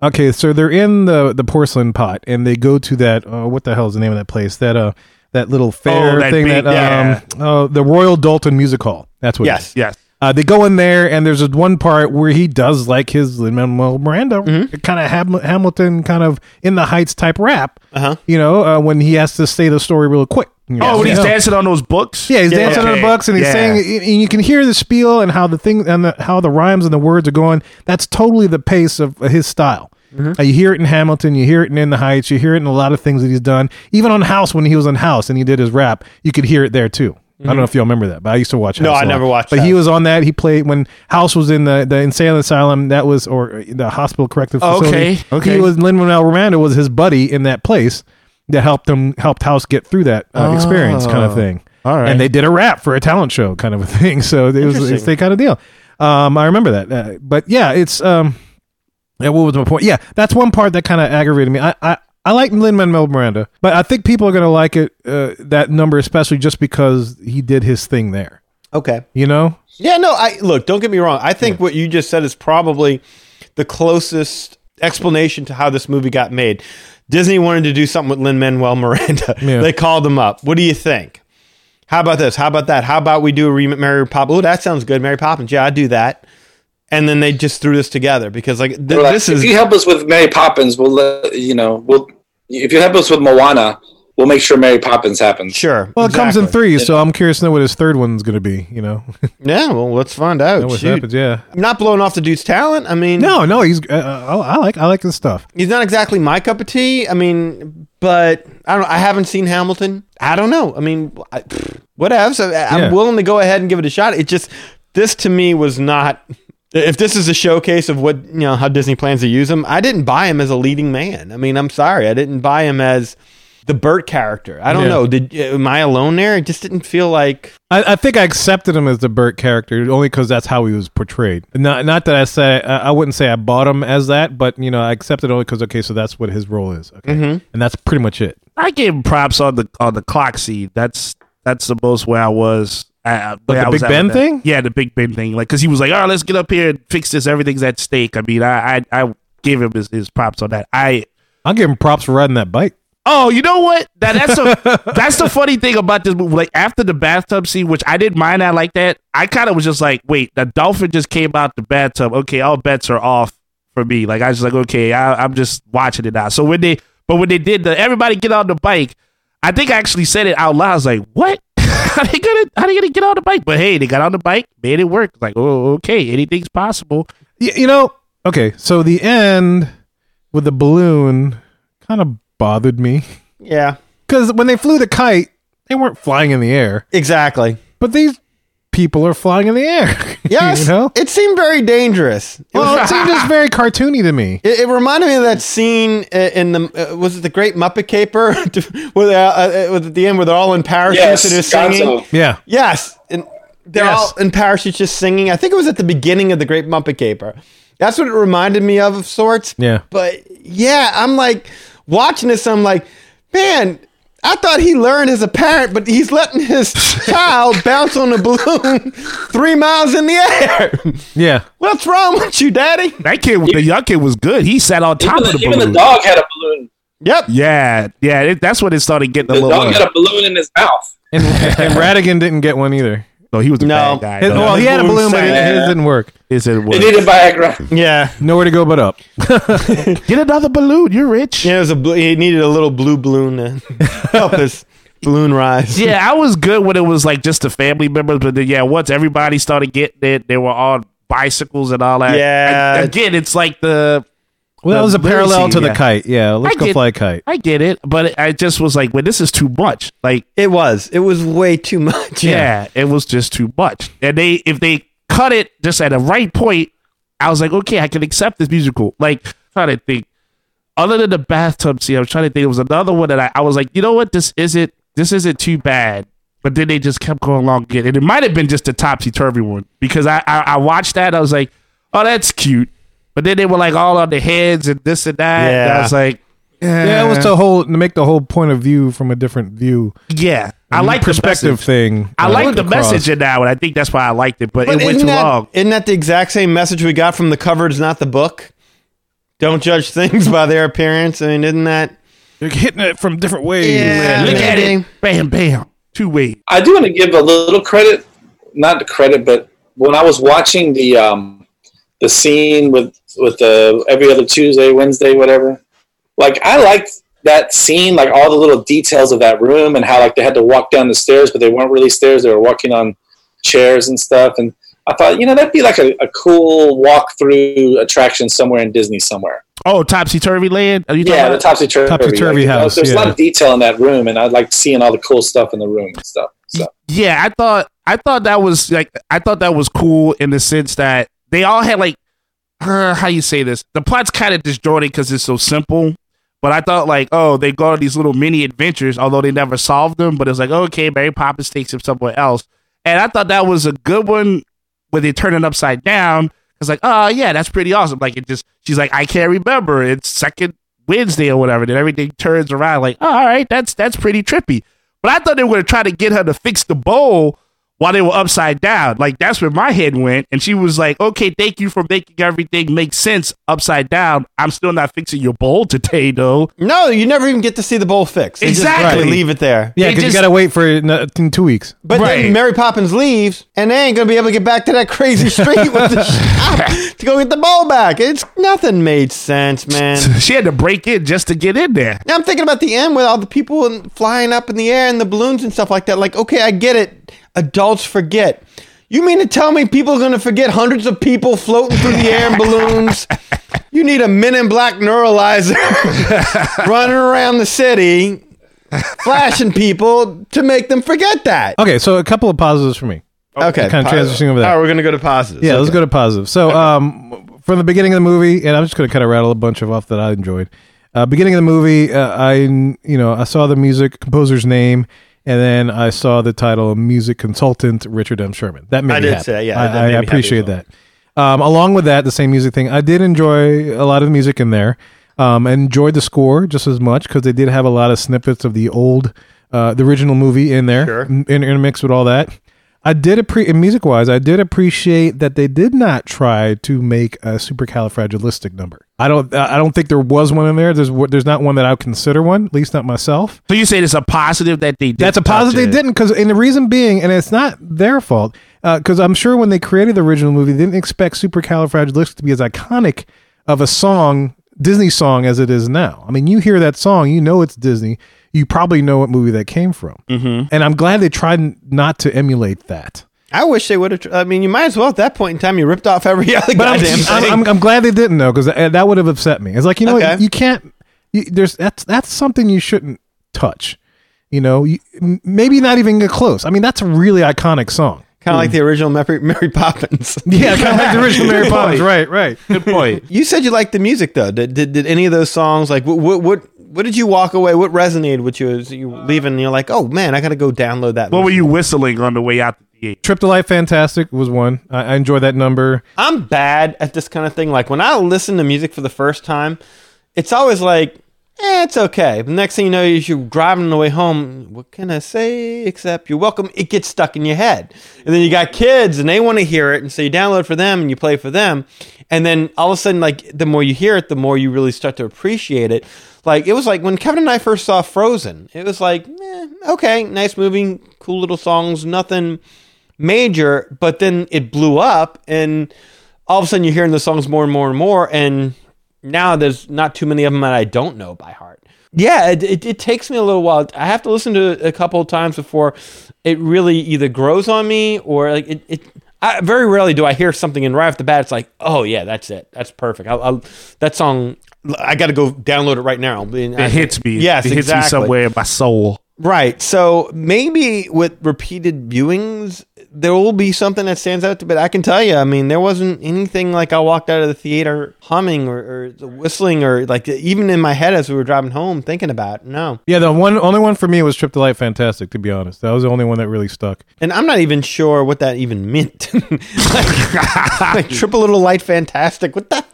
Okay, so they're in the the porcelain pot, and they go to that. Uh, what the hell is the name of that place? That uh, that Oh, little fair that thing. big- that um, yeah. uh, the Royal Dalton Music Hall. That's what. it is. Yes. Yes. Uh, they go in there, and there's this one part where he does like his Lin Manuel Miranda kind of Ham- Hamilton, kind of in the heights type rap. Uh-huh. You know, uh, when he has to say the story real quick. You know, Oh, when you he's know. dancing on those books. Yeah, he's dancing on Okay. the books, and he's Yeah. saying, and you can hear the spiel and how the thing and the, how the rhymes and the words are going. That's totally the pace of his style. Mm-hmm. Uh, you hear it in Hamilton, you hear it in In the Heights, you hear it in a lot of things that he's done. Even on House, when he was on House and he did his rap, you could hear it there too. I don't know if y'all remember that, but I used to watch. House Mm-hmm. No, I a lot. never watched But he House. was on that. He played when House was in the the insane asylum. That was or the hospital corrective Okay, facility. okay. He was Lin Manuel Miranda was his buddy in that place that helped him helped House get through that uh, experience kind of thing. All right. and they did a rap for a talent show kind of a thing. So it was it's the kind of deal. Um, I remember that, uh, but yeah, it's um, yeah, what was my point? Yeah, that's one part that kind of aggravated me. I, I, I like Lin Manuel Miranda, but I think people are gonna like it uh, that number especially just because he did his thing there. Okay. You know, Yeah, no, I look, don't get me wrong. I think what you just said is probably the closest explanation to how this movie got made. Disney wanted to do something with Lin Manuel Miranda. They called him up. What do you think? How about this? How about that? How about we do a remake Mary Poppins? Oh, that sounds good. Mary Poppins. Yeah, I'd do that. And then they just threw this together because like th- They were like, this if is you help us with Mary Poppins, we'll let you know. We'll if you help us with Moana, we'll make sure Mary Poppins happens. sure. Well, it comes in exactly. three, so I'm curious to know what his third one's going to be. You know, Yeah, well, let's find out. Know what Shoot. happens, yeah. I'm not blowing off the dude's talent. I mean, No, no, he's. Uh, uh, I I like. I like this stuff. he's not exactly my cup of tea. I mean, but I don't. I haven't seen Hamilton. I don't know. I mean, I, pfft, whatever. So I- I'm Yeah. willing to go ahead and give it a shot. It just this to me was not. If this is a showcase of what you know how Disney plans to use him, I didn't buy him as a leading man. I mean, I'm sorry, I didn't buy him as the Bert character. I don't Yeah. know. Did am I alone there? It just didn't feel like I, I think I accepted him as the Burt character only because that's how he was portrayed. Not, not that I say I, I wouldn't say I bought him as that, but you know I accepted only because okay, so that's what his role is. Okay, and that's pretty much it. I gave him props on the on the clock seed. That's that's the most where I was. Uh, where the I was Big at with Ben that. thing? Yeah, the Big Ben thing. Like, cause he was like, "All right, let's get up here and fix this. Everything's at stake." I mean, I I, I gave him his, his props on that. I I'll give him props for riding that bike. Oh, you know what? That, that's a, that's the funny thing about this movie. Like after the bathtub scene, which I didn't mind, I like that. I kind of was just like, wait, the dolphin just came out the bathtub. Okay, all bets are off for me. Like I was just like, okay, I, I'm just watching it now. So when they, but when they did the everybody get on the bike, I think I actually said it out loud. I was like, what? how they gonna how they gonna get on the bike? But hey, they got on the bike, made it work. Like, oh, okay, anything's possible. Y- you know, okay, so the end with the balloon kind of bothered me yeah, because when they flew the kite, they weren't flying in the air, exactly. but these people are flying in the air. Yes, you know. it seemed very dangerous. Well, it seemed just very cartoony to me. It, it reminded me of that scene uh, in the uh, was it the Great Muppet Caper where they, uh, uh, with- at the end where they're all in parachutes and Yes, they're Gonzo. singing. Yeah. Yes, and they're Yes. all in parachutes just singing. I think it was at the beginning of the Great Muppet Caper. That's what it reminded me of of sorts. Yeah. but yeah, I'm like watching this. I'm like, man. I thought he learned as a parent, but he's letting his child bounce on a balloon three miles in the air. Yeah. What's wrong with you, daddy? That kid, the young kid was good. He sat on top Even, of the, the even the balloon. dog had a balloon. Yep. yeah, yeah, it, that's when it started getting a The little. uh, dog had a balloon in his mouth. And, and Radigan didn't get one either. No, he was the No. bad guy. His- though. well, he had a balloon, but sang. his didn't work. He said, They "What? needed Viagra. Yeah. Nowhere to go but up. Get another balloon. You're rich." Yeah, it was a blue, he needed a little blue balloon to help his balloon rise. Yeah, I was good when it was like just the family members, but then, yeah, once everybody started getting it, they were on bicycles and all that. Yeah. And again, it's like the Well, that was a The balloon parallel scene, to the yeah. kite. Yeah, let's I go get- fly a kite. I get it, but it, I just was like, "Well, this is too much." Like, It was. It was way too much. yeah, it was just too much. And they, if they cut it just at the right point, I was like, "Okay, I can accept this musical." Like, trying to think. other than the bathtub scene, I'm trying to think. There was another one that I, I was like, you know what, this isn't this isn't too bad. But then they just kept going along again, and it might have been just the topsy turvy one because I, I I watched that. I was like, oh, that's cute. But then they were like all on the heads and this and that. And I Yeah. was like, Yeah, it was to whole to make the whole point of view from a different view, yeah, I new like Mm-hmm. the perspective message. thing. I uh, like the across. message in that one. I think that's why I liked it, but, But it went isn't too that, long. Isn't that the exact same message we got from the cover is not the book? Don't judge things by their appearance. I mean, isn't that? You're hitting it from different ways. Yeah. Look at Maybe. it, bam, bam, two ways. I do want to give a little credit, not credit, but when I was watching the um, the scene with with the every other Tuesday, Wednesday, whatever, like I liked that scene, like all the little details of that room and how like they had to walk down the stairs, but they weren't really stairs; they were walking on chairs and stuff. And I thought, you know, that'd be like a, a cool walkthrough attraction somewhere in Disney somewhere. Oh, topsy turvy land. Are you talking Yeah, the about? topsy turvy, Topsy-turvy house, there's a lot yeah. of detail in that room, and I liked seeing all the cool stuff in the room and stuff. So. yeah i thought i thought that was like i thought that was cool in the sense that they all had like uh, how you say this the plot's kind of disjointed because it's so simple but i thought like oh they go on these little mini adventures although they never solved them but it's like okay mary poppins takes him somewhere else and i thought that was a good one when they turn it upside down it's like oh yeah that's pretty awesome like it just she's like i can't remember it's second wednesday or whatever then everything turns "Ah, around like oh, all right that's that's pretty trippy but I thought they were going to try to get her to fix the bowl while they were upside down. Like that's where my head went. And she was like, okay, thank you for making everything make sense upside down. I'm still not fixing your bowl today, though. No, you never even get to see the bowl fixed. They just Exactly. leave it there. Yeah, They because you just- got to wait for it in, uh, in two weeks. But Right. then Mary Poppins leaves, and they ain't gonna be able to get back to that crazy street with the shop to go get the bowl back. It's nothing made sense, man. She had to break in just to get in there. Now I'm thinking about the end with all the people and flying up in the air and the balloons and stuff like that. Like, okay, I get it. Adults forget. You mean to tell me people are gonna forget hundreds of people floating through the air in balloons? You need a Men in Black neuralizer running around the city, flashing people to make them forget that. Okay, so a couple of positives for me. Okay, Kinda transitioning over there. All right, we're gonna go to positives. Yeah, okay. let's go to positive. So, um, from the beginning of the movie, and I'm just going to kind of rattle a bunch of off that I enjoyed. Uh, beginning of the movie, uh, I you know I saw the music composer's name, and then I saw the title music consultant Richard M. Sherman. That made I me did happy. say, yeah, that I, I made me happy as appreciate well. that. Um, along with that, the same music thing. I did enjoy a lot of the music in there. Um, I enjoyed the score just as much because they did have a lot of snippets of the old, uh, the original movie in there, Sure. m- in, intermixed with all that. I did appreciate music wise. I did appreciate that they did not try to make a supercalifragilistic number. I don't. I I don't think there was one in there. There's. w- There's not one that I would consider one. At least not myself. So you say it's a positive that they did. That's a positive they touch it. didn't because, and the reason being, and it's not their fault, because I'm sure when they created the original movie, they didn't expect Supercalifragilistic to be as iconic of a song, Disney song, as it is now. I mean, you hear that song, you know it's Disney. You probably know what movie that came from. Mm-hmm. And I'm glad they tried n- not to emulate that. I wish they would have. Tr- I mean, you might as well at that point in time. You ripped off every other But I'm, goddamn I'm, thing. I'm, I'm glad they didn't though, because that, that would have upset me. It's like you know, Okay. what, you can't. You, there's that's that's something you shouldn't touch. You know, you, m- maybe not even get close. I mean, that's a really iconic song. kind of like the original Mary, Mary Poppins. Yeah, kind of like the original Mary Poppins. Right, right. Good point. You said you liked the music though. Did did, did any of those songs like what what what, what did you walk away? What resonated with you as you leaving? And you're like, oh man, I gotta go download that. what were you whistling on the way out the theater? Trip to Life Fantastic was one. I, I enjoy that number. I'm bad at this kind of thing. Like when I listen to music for the first time, it's always like, eh, it's okay. The next thing you know, is you're driving on the way home. What can I say except you're welcome? It gets stuck in your head, and then you got kids, and they want to hear it, and so you download for them and you play for them, and then all of a sudden, like the more you hear it, the more you really start to appreciate it. Like it was like when Kevin and I first saw Frozen. It was like, eh, okay, nice movie, cool little songs, nothing major, but then it blew up, and all of a sudden you're hearing the songs more and more and more, and now there's not too many of them that I don't know by heart. Yeah, it, it, it takes me a little while. I have to listen to it a couple of times before it really either grows on me or like it. it I, very rarely do I hear something and right off the bat it's like, oh yeah, that's it, that's perfect. I, I, that song, I got to go download it right now. It It hits me. Yes, it hits me exactly. somewhere in my soul. Right. So maybe with repeated viewings, there will be something that stands out. To, but I can tell you, I mean, there wasn't anything like I walked out of the theater humming or, or whistling or like even in my head as we were driving home thinking about. it, No. Yeah, the one only one for me was Trip to Life Fantastic. To be honest, that was the only one that really stuck. And I'm not even sure what that even meant. like, like triple little light fantastic. What the f-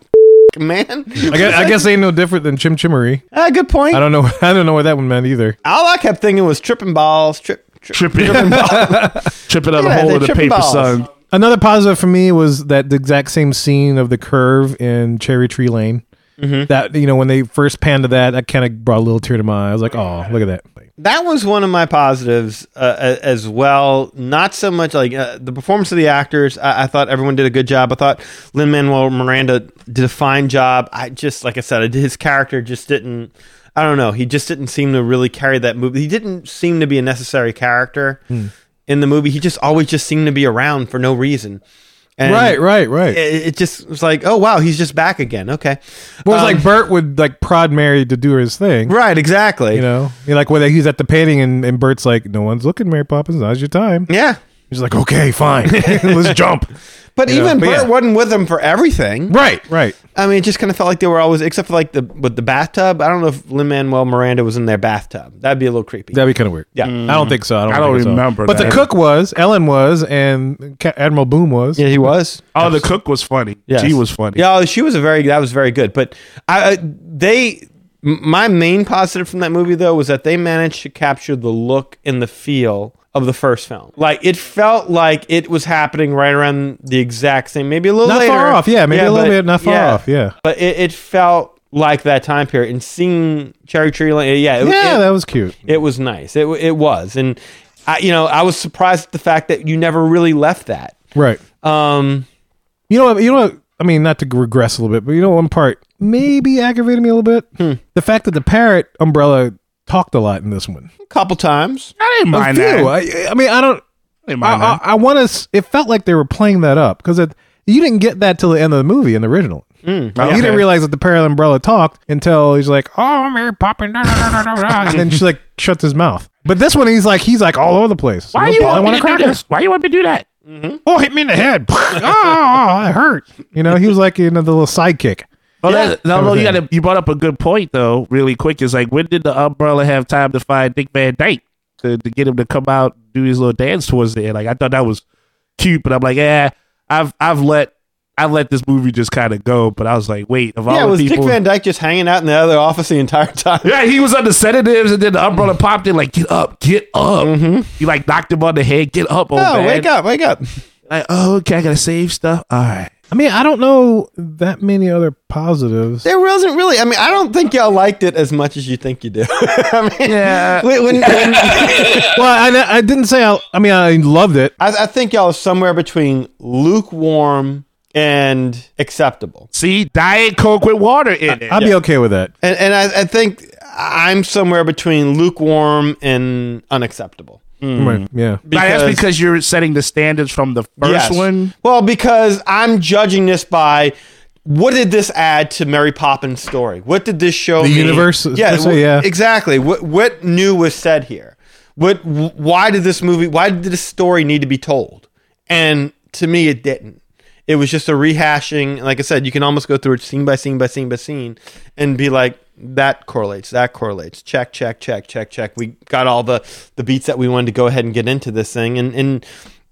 man? I guess, I guess they ain't no different than Chim Chimery. Ah, good point. I don't know. I don't know what that one meant either. All I kept thinking was tripping balls, trip, trip. Tripping, tripping on Yeah, the hole they're of the tripping paper, balls. son. Another positive for me was that the exact same scene of the curve in Cherry Tree Lane. That you know when they first panned to that, that kind of brought a little tear to my eye. I was like, oh, look at that. that was one of my positives uh, a- as well. Not so much like uh, the performance of the actors. I, I thought everyone did a good job. I thought Lin Manuel Miranda did a fine job. I just, like I said, I did- his character just didn't. I don't know. He just didn't seem to really carry that movie. He didn't seem to be a necessary character Hmm. in the movie. He just always just seemed to be around for no reason. And Right, right, right. It, It, it just was like, oh wow, he's just back again. Okay, was Um, like Bert would like prod Mary to do his thing. right, exactly. You know, You're like whether he's at the painting and, and Bert's like, no one's looking, Mary Poppins. Now's your time. yeah. He's like, okay, fine, let's jump. But even but yeah. Bert wasn't with him for everything. Right, right. I mean, it just kind of felt like they were always, except for like the with the bathtub. I don't know if Lin Manuel Miranda was in their bathtub. That'd be a little creepy. That'd be kind of weird. Yeah. I don't think so. I don't, I don't think so. remember But that. the cook was, Ellen was, and Ca- Admiral Boom was. yeah, he was. Oh, the cook was funny. She was funny. Yeah, oh, she was a very that was very good. But I I- they m- my main positive from that movie though was that they managed to capture the look and the feel of the first film. Like it felt like it was happening right around the exact same, maybe a little Not later. far off, yeah, maybe a little bit not far off, yeah. But it, it felt like that time period. And seeing Cherry Tree Lane, yeah, it, yeah, it- that was cute. it was nice. It w- it was, and I, you know, I was surprised at the fact that you never really left that. Right. Um, You know, what- you know. What, I mean, not to regress a little bit, but you know, one part maybe aggravated me a little bit. The fact that the parrot umbrella talked a lot in this one. a couple times. I didn't A mind few. Uh, that. I I, I mean, I don't. didn't I, mind that. I, I want to. It felt like they were playing that up because you didn't get that till the end of the movie in the original. Hmm, You didn't realize that the parrot umbrella talked until he's like, "Oh, Mary Poppins," da, da, da, da, da, da," and then she like shuts his mouth. But this one, he's like, he's like all over the place. Why Like, you "Oh, I want want me a to do cracker." this? Why you want me to do that? Oh, hit me in the head. oh, oh, it hurt. You know, he was like you know the little sidekick. Well, that, no, Kind of no, you thing. got you brought up a good point though, really quick. Is like when did the umbrella have time to find Dick Van Dyke to, to get him to come out do his little dance towards the end? Like I thought that was cute, but I'm like, yeah, I've I've let I let this movie just kind of go. But I was like, wait, of all Yeah, the was people, Dick Van Dyke just hanging out in the other office the entire time? yeah, he was on the sedatives, and then the Mm-hmm. umbrella popped in, like get up, get up. He like knocked him on the head, get up, old No, man. wake up, wake up. Like, oh, okay, I gotta save stuff. All right. I mean, I don't know that many other positives. There wasn't really. I mean, I don't think y'all liked it as much as you think you do. I mean, Yeah. when- when- when- Well, I, I didn't say I. I mean, I loved it. I, I think y'all are somewhere between lukewarm and acceptable. See, Diet Coke with water in Uh, it. I'd be okay with that. And, and I, I think I'm somewhere between lukewarm and unacceptable. Mm. Hmm. Right, Yeah. Like, that's because you're setting the standards from the first Yes. one. Well, because I'm judging this by what did this add to Mary Poppins' story? What did this show The me? universe, Yeah, per se, wh- yeah. exactly. What what new was said here? What wh- why did this movie? Why did this story need to be told? And to me, it didn't. It was just a rehashing. Like I said, you can almost go through it scene by scene by scene by scene, and be like, that correlates, that correlates. Check, check, check, check, check. We got all the the beats that we wanted to go ahead and get into this thing, and and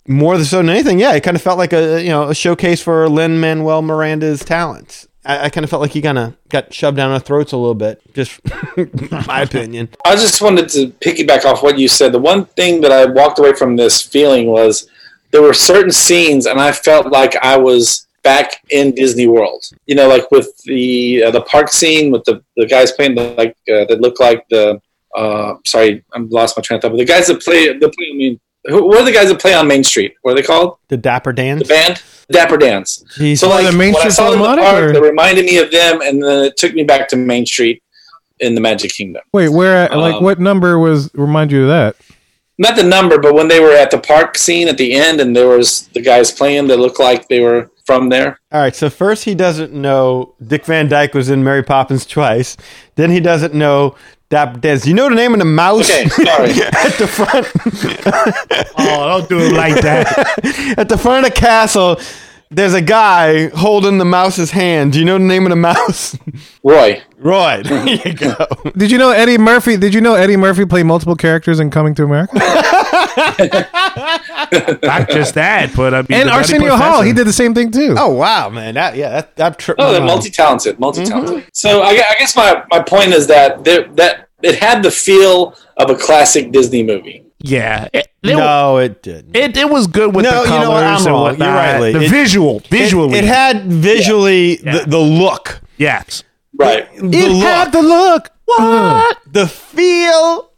more so than anything, yeah, it kind of felt like a you know a showcase for Lin Manuel Miranda's talents. I, I kind of felt like he kind of got shoved down our throats a little bit. Just my opinion. I just wanted to piggyback off what you said. The one thing that I walked away from this feeling was there were certain scenes, and I felt like I was back in Disney World. You know, like with the uh, the park scene with the, the guys playing the, like uh, that look like the uh, sorry, I lost my train of thought. But the guys that play the play. I mean, who, what are the guys that play on Main Street? What are they called? The Dapper The Dance. band Dapper Dance. Jeez. So like the Main when I Street saw them in the Philharmonic, park, or- they reminded me of them, and then it took me back to Main Street in the Magic Kingdom. Wait, where? Like, Um, what number was remind you of that? Not the number, but when they were at the park scene at the end, and there was the guys playing that looked like they were from there. All right. So first he doesn't know Dick Van Dyke was in Mary Poppins twice. Then he doesn't know Dapper Dance. You know the name of the mouse Okay, sorry. at the front. Oh, don't do it like that. at the front of the castle. There's a guy holding the mouse's hand. Do you know the name of the mouse? Roy. Roy. There you go. Did you know Eddie Murphy? Did you know Eddie Murphy played multiple characters in Coming to America? Not just that, but I mean, and the Nutty Arsenio Hall, Professor. he did the same thing too. Oh wow, man! That yeah, that that trip. Oh, they're multi-talented, multi-talented. Mm-hmm. So I, gue- I guess my, my point is that there- that it had the feel of a classic Disney movie. Yeah, it, it, No, it didn't. it, it was good with No, the you colors know what? I'm and wrong. whatnot. You're right, Lee. The It- visual, visually, It, it had visually Yeah. The, the look. yes. Right. The it look. Mm. had the look. What? the feel.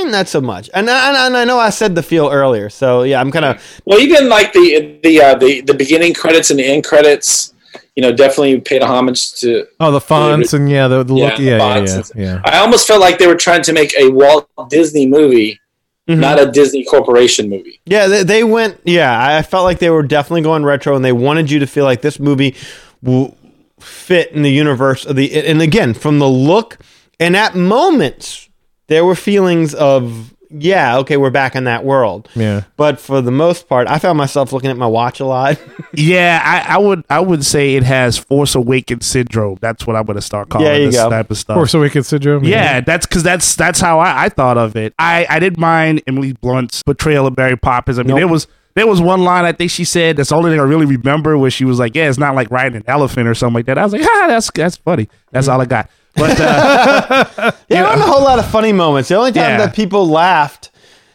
eh, not so much. And, I- and, I- and I know I said the feel earlier. So yeah, I'm kind of. Well, even like the the uh, the the beginning credits and the end credits, you know, definitely paid a homage to Oh, the fonts and yeah, the, the look. the Oh, Yeah, yeah, box yeah, yeah. and- I almost felt like they were trying to make a Walt Disney movie, not a Disney Corporation movie. Yeah, they, they went. Yeah, I felt like they were definitely going retro, and they wanted you to feel like this movie w- fit in the universe of the. And again, from the look and at moments, there were feelings of yeah, okay, we're back in that world. Yeah. But for the most part, I found myself looking at my watch a lot. Yeah, I, I would I would say it has Force Awakens syndrome. That's what I'm gonna start calling There you this go. type of stuff. Or so we could syndrome. Yeah, that's because that's that's how I, I thought of it. I I didn't mind Emily Blunt's portrayal of Mary Poppins. I mean, there was there was one line I think she said that's the only thing I really remember where she was like, "Yeah, it's not like riding an elephant or something like that." I was like, "Ah, that's that's funny." That's all I got. But uh, There Yeah. weren't a whole lot of funny moments. The only time Yeah. that people laughed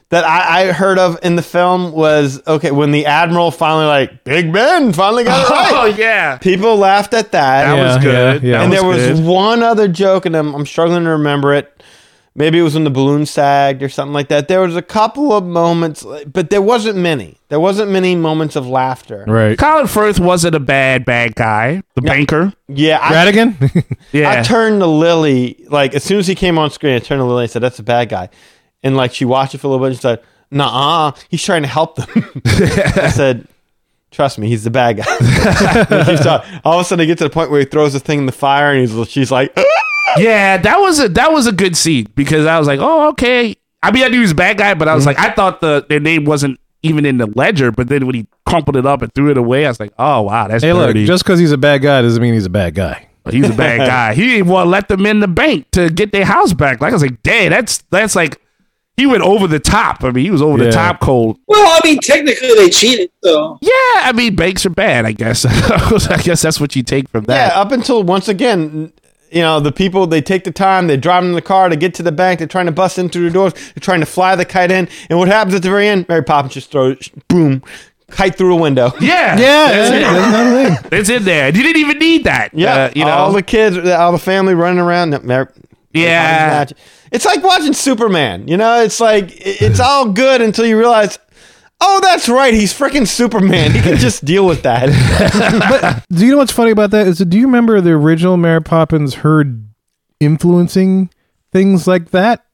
that I, I heard of in the film was okay when the admiral finally like Big Ben finally got it right. Oh yeah. People laughed at that. That was good. yeah, yeah. and that there was good. one other joke, and I'm, I'm struggling to remember it. Maybe it was when the balloon sagged or something like that. There was a couple of moments, but there wasn't many. There wasn't many moments of laughter. right. Colin Firth wasn't a bad bad guy. The banker. Yeah, I, Radigan? Yeah. I turned to Lily like as soon as he came on screen. I turned to Lily and said, "That's a bad guy," and like she watched it for a little bit and said, "Nah, he's trying to help them." I said, "Trust me, he's the bad guy." And she saw- all of a sudden, I get to the point where he throws the thing in the fire, and he's she's like, yeah, that was a that was a good scene because I was like, oh okay. I mean, I knew he was a bad guy, but I Mm-hmm. was like, I thought the their name wasn't even in the ledger. But then when he crumpled it up and threw it away, I was like, oh wow, that's hey, look, dirty. just because he's a bad guy doesn't mean he's a bad guy. He's a bad guy. He didn't want to let them in the bank to get their house back. Like I was like, dang, that's that's like he went over the top. I mean, he was over Yeah. the top cold. Well, I mean, technically they cheated, so Yeah, I mean, banks are bad. I guess. I guess that's what you take from that. "Yeah." Up until once again. You know, the people, they take the time, they drive in the car to get to the bank, they're trying to bust in through the doors, they're trying to fly the kite in. And what happens at the very end? Mary Poppins just throws, boom, kite through a window. Yeah, yeah, that's another thing. it's in there. You didn't even need that. Yeah, Uh, you know. all the kids, all the family running around. No, they're- they're Yeah. fine to watch. it's like watching Superman. You know, it's like it- it's all good until you realize, oh, that's right, he's freaking Superman. He can just deal with that. Do you know what's funny about that? Is that- do you remember the original Mary Poppins heard influencing things like that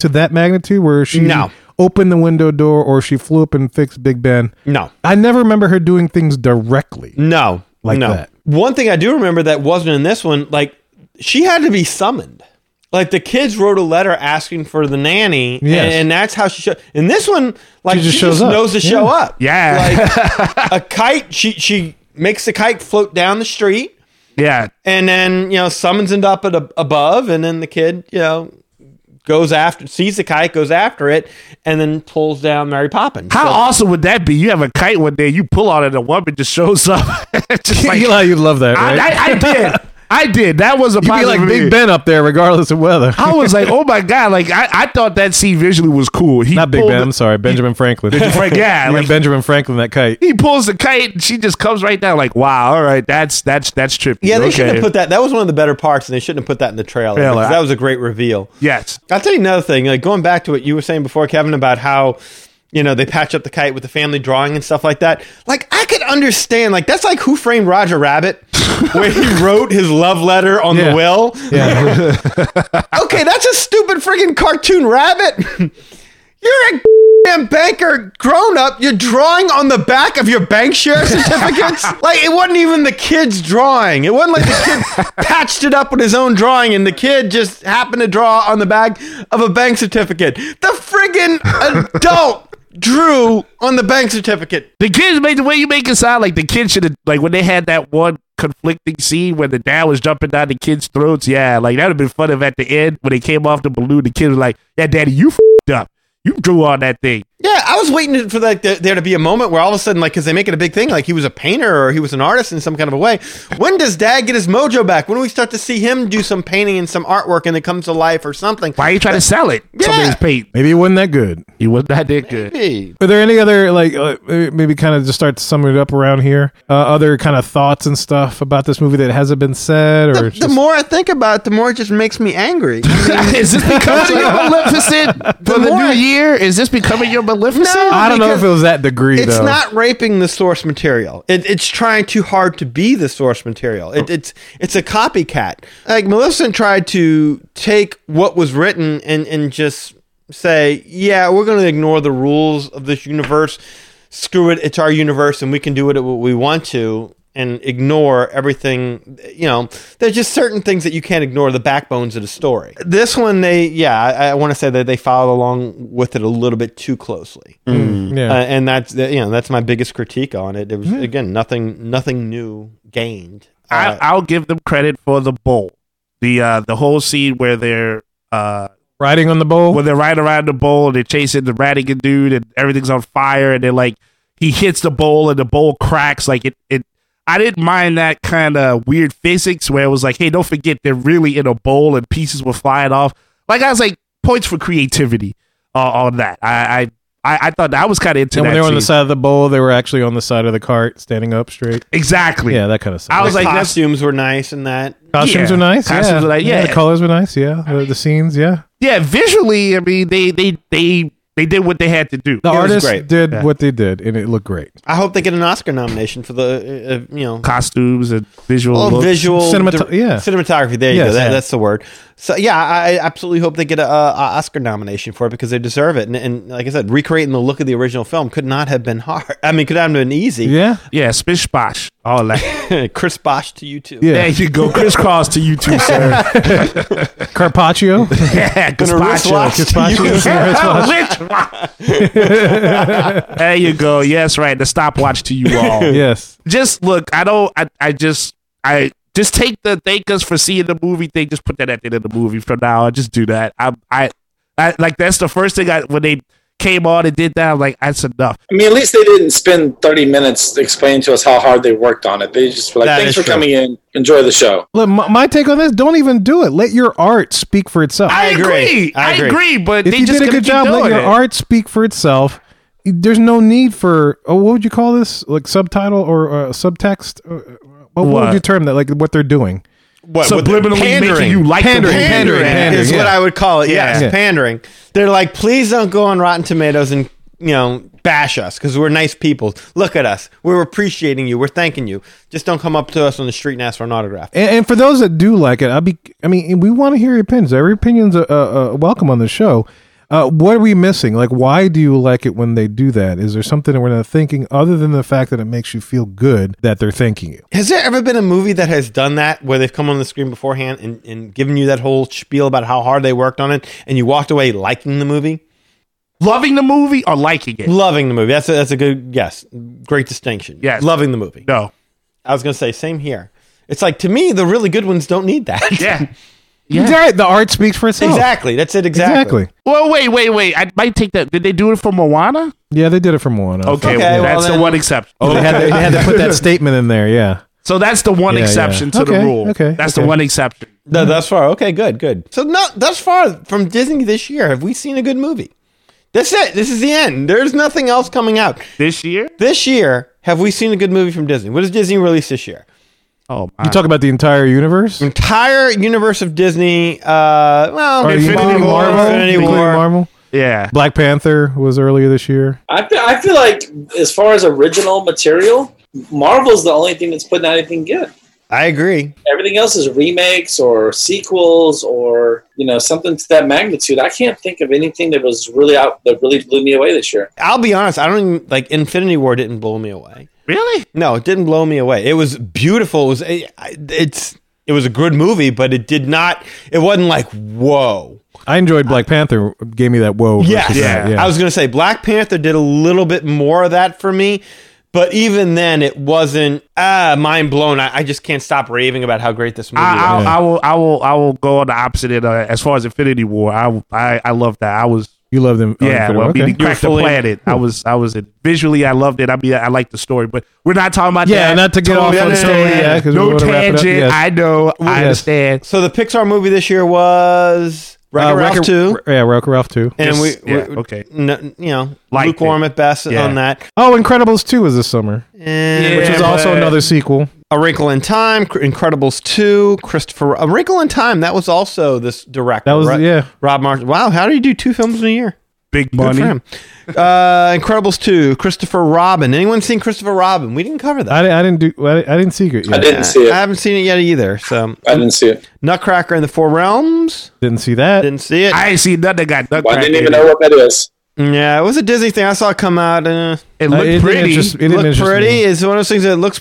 to that magnitude where she No. opened the window door or she flew up and fixed Big Ben? no, I never remember her doing things directly. no, Like no. that. One thing I do remember that wasn't in this one, like she had to be summoned. Like the kids wrote a letter asking for the nanny, Yes. and, and that's how she showed. In this one, like She she just just, shows up. knows to Yeah. show up. yeah, Like a kite, she she makes the kite float down the street. yeah. and then you know summons it up at a, above and then the kid you know goes after sees the kite goes after it and then pulls down mary poppins How So- awesome would that be? You have a kite one day, you pull on it, and a woman just shows up. just like, Eli, you'd love that, I, right? I, I did. I did. That was a You'd be positive like review. Big Ben up there, regardless of weather. I was like, oh my god! Like I, I thought that scene visually was cool. He Not Big pulled Ben. the- I'm sorry, Benjamin Franklin. Frank- yeah, You like- Benjamin Franklin that kite. He pulls the kite, and she just comes right down. Like wow, all right, that's that's that's trippy. yeah they okay. should have put that that was one of the better parts and they shouldn't have put that in the trailer Trailer. because that was a great reveal Yes. i'll tell you another thing like going back to what you were saying before kevin about how you know they patch up the kite with the family drawing and stuff like that like i could understand like that's like who framed roger rabbit where he wrote his love letter on Yeah. the will Yeah. okay, that's a stupid friggin' cartoon rabbit. You're a damn banker grown up. You're drawing on the back of your bank share certificates. like it wasn't even the kid's drawing. It wasn't like the kid patched it up with his own drawing and the kid just happened to draw on the back of a bank certificate. The friggin' adult drew on the bank certificate. The kids made the way you make it sound like the kids should have like when they had that one conflicting scene where the dad was jumping down the kids' throats. Yeah, like that would have been fun if at the end when they came off the balloon, the kid was like, "Yeah, daddy, you fed up. You drew on that thing." Yeah, I was waiting for like th- there to be a moment where all of a sudden, like, because they make it a big thing, like he was a painter or he was an artist in some kind of a way. When does Dad get his mojo back? When do we start to see him do some painting and some artwork and it comes to life or something? Why are you trying to sell it? Yeah. Somebody's paint. Maybe it wasn't that good. He was not that good. Hey, Are there any other like uh, maybe kind of just start to sum it up around here? Uh, other kind of thoughts and stuff about this movie that hasn't been said, or The, it's the just- more I think about it, the more it just makes me angry. I mean, Is this becoming your Maleficent for the more new I- year? Is this becoming your Maleficent? No, I don't know if because it was that degree It's though. not raping the source material. It, it's trying too hard to be the source material. It, it's it's a copycat. Like Maleficent tried to take what was written and and just say, yeah, we're going to ignore the rules of this universe. Screw it. It's our universe, and we can do what it what we want to. And ignore everything, you know. There's just certain things that you can't ignore. The backbones of the story. This one, they, yeah, I, I want to say that they followed along with it a little bit too closely yeah. uh, and that's that- you know that's my biggest critique on it. It was again nothing nothing new gained. I, Uh, I'll give them credit for the bowl. The uh, the whole scene where they're uh, Riding on the bowl. when they're right around the bowl and they're chasing the Radigan dude and everything's on fire and they're like he hits the bowl and the bowl cracks like it it I didn't mind that kind of weird physics where it was like, hey, don't forget they're really in a bowl and pieces were flying off. Like I was like, points for creativity all, all that. I, I I I thought I was kind of into And that. when they were on too. the side of the bowl, they were actually on the side of the cart, standing up straight. Exactly. Yeah, that kind of stuff. I was The like, that's- costumes were nice and that. costumes yeah. were nice. Costumes yeah. were like- yeah. the colors were nice. Yeah, the, the scenes. Yeah, yeah, visually, I mean, they they they they did what they had to do. the artists great. did what they did, and it looked great. I hope they get an Oscar nomination for the uh, uh, you know Costumes and visual Well, looks. visual Cinemata- dir- yeah. cinematography. There you Yes. go. That, Yeah. That's the word. So yeah, I absolutely hope they get a, a Oscar nomination for it because they deserve it. And, and like I said, recreating the look of the original film could not have been hard. I mean, could not have been easy. Yeah, Yeah, spish bosh, all that. Chris Bosch to you too. yeah. there you go, crisscross to you too, sir. Carpaccio. yeah, wristwatch. gazpacho. Wristwatch. there you go. Yes, right. The stopwatch to you all. yes. Just look. I don't. I. I just. I just take the thank us for seeing the movie thing. Just put that at the end of the movie from now on. Just do that. I. I. I like that's the first thing I when they came on and did that. I'm like, that's enough. I mean, at least they didn't spend 30 minutes explaining to us how hard they worked on it. They just were like, That thanks is for true. coming in. Enjoy the show. Look, my, my take on this: don't even do it. Let your art speak for itself. I, agree. agree. I I agree. agree. but if they you just did a gonna good keep job, let doing your it. art speak for itself. There's no need for oh, what would you call this? Like subtitle or uh, subtext? Uh, what, what What? would you term that? Like what they're doing? What, what- subliminally making you like the Pandering. movie. Pandering. Pandering. is yeah. what I would call it. Yes, Yeah. pandering. They're like, please don't go on Rotten Tomatoes and you know bash us because we're nice people. Look at us. We're appreciating you. We're thanking you. Just don't come up to us on the street and ask for an autograph. And, and for those that do like it, I'll be. I mean, we want to hear your opinions. Every opinion's uh, uh, uh, welcome on the show. Uh, what are we missing? Like, why do you like it when they do that? Is there something that we're not thinking other than the fact that it makes you feel good that they're thanking you? Has there ever been a movie that has done that where they've come on the screen beforehand and, and given you that whole spiel about how hard they worked on it and you walked away liking the movie? loving the movie or liking it. Loving the movie. That's a, that's a good yes. Great distinction. Yes. Loving the movie. No. I was going to say, same here. It's like, to me, the really good ones don't need that. Yeah. Yeah. Right, the art speaks for itself. exactly. That's it. Oh. Exactly. Exactly. Well, wait, wait, wait. I might take that. Did they do it for Moana? Yeah, they did it for Moana. Okay, Okay, well, well, that's the then- one exception. They had, to, they had to put that statement in there. Yeah. So that's the one Yeah, exception yeah. to the Okay, rule. okay, That's the okay. one exception. Th- thus far. Okay, good, good. So, no, thus far from Disney this year, have we seen a good movie? That's it. This is the end. There's nothing else coming out. This year? This year, have we seen a good movie from Disney? What does Disney release this year? Oh, You talk about the entire universe? entire universe of Disney. Uh, well, Or you- Infinity War, Infinity Including War. Marvel? yeah. Black Panther was earlier this year. I feel, I feel like, as far as original material, Marvel's the only thing that's putting out anything good. I agree. Everything else is remakes or sequels or you know something to that magnitude. I can't think of anything that was really out that really blew me away this year. I'll be honest. I don't even, like Infinity War. Didn't blow me away. Really? No, it didn't blow me away. It was beautiful. It was. It, it's. It was a good movie, but it did not. It wasn't like whoa. I enjoyed Black Panther. Gave me that whoa. Yes. versus that, I was gonna say Black Panther did a little bit more of that for me. But even then, it wasn't ah mind blown. I, I just can't stop raving about how great this movie I, I'll, was. I will. I will. I will go on the opposite end. Uh, as far as Infinity War, I, I. I love that. I was. you love them. oh, Yeah. Infinity Well, War, we okay. cracked the fully- planet. I was. I was. Visually, I loved it. I mean, I liked the story, but we're not talking about Yeah, that. not to get off on no, the story, no, no, yeah, 'cause we no wanna wrap it up, tangent. yes. I know. I Yes. understand. So the Pixar movie this year was Wreck-It Uh, Ralph Wreck-It- Two. Yeah, Wreck-It Ralph 2. and we, Just- yeah, we- okay. no, you know, Liked lukewarm it. at best Yeah. on that. Oh, Incredibles 2 was this summer, And which Yeah, was also but- another sequel. A Wrinkle in Time, Cr- Incredibles two, Christopher, A Wrinkle in Time. That was also this director. That was- Ro- yeah. Rob Martin. Wow, how do you do two films in a year? Big Good money. for him. Uh, Incredibles two, Christopher Robin. Anyone seen Christopher Robin? We didn't cover that. Uh, I, di- I didn't do. I, di- I didn't see it I yet. didn't see it. I haven't seen it yet either. So I didn't see it. Nutcracker in the Four Realms. Didn't see that. Didn't see it. I ain't seen nothing that got Well, I Nutcracker. didn't even know what that is. yeah, it was a Disney thing. I saw it come out. Uh, It Uh, looked it didn't pretty. interest- it didn't look interest pretty me. is one of those things that looks.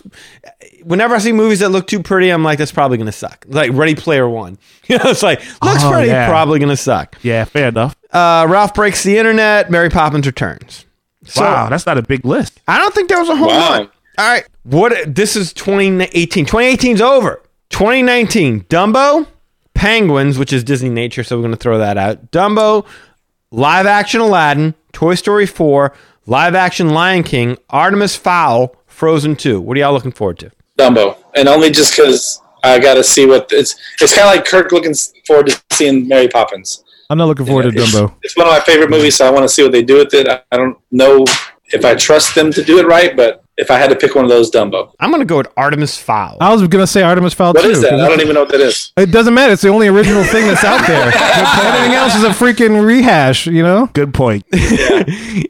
Whenever I see movies that look too pretty, I'm like, that's probably gonna suck. Like Ready Player One, you know, it's like looks Oh, pretty, yeah. probably gonna suck. yeah, fair enough. Uh, Ralph breaks the internet. Mary Poppins returns. So, wow, that's not a big list. I don't think there was a whole Wow. lot. All right, what? This is 2018. 2018's over. 2019, Dumbo, Penguins, which is Disney Nature, so we're gonna throw that out. Dumbo, live action Aladdin, Toy Story 4, live action Lion King, Artemis Fowl, Frozen 2. What are y'all looking forward to? Dumbo, and only just because I got to see what it's. It's kind of like Kirk looking s- forward to seeing Mary Poppins. I'm not looking forward to Dumbo. It's one of my favorite movies, so I want to see what they do with it. I, I don't know if I trust them to do it right, but if I had to pick one of those, Dumbo. I'm gonna go with Artemis Fowl. I was gonna say Artemis Fowl What too. is that? 'cause I don't even know what that is. It doesn't matter. It's the only original thing that's out there. Everything else is a freaking rehash, you know? Good point.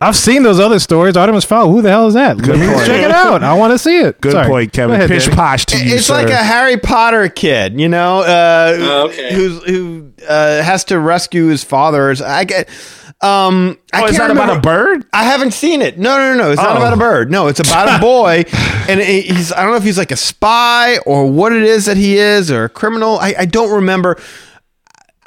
I've seen those other stories. Artemis Fowl, who the hell is that? Let me point. check it out. I want to see it. Good Sorry. point, Go Kevin. ahead, Pish Danny. posh to you, It's sir. like a Harry Potter kid, you know, uh, Oh, okay. who's who uh, has to rescue his father's. I get. Um, oh, I can't is that remember. about a bird? I haven't seen it. No, no, no, no. It's not Oh. about a bird. No, it's about a boy, and it- he's. I don't know if he's like a spy or what it is that he is or a criminal. I, I don't remember.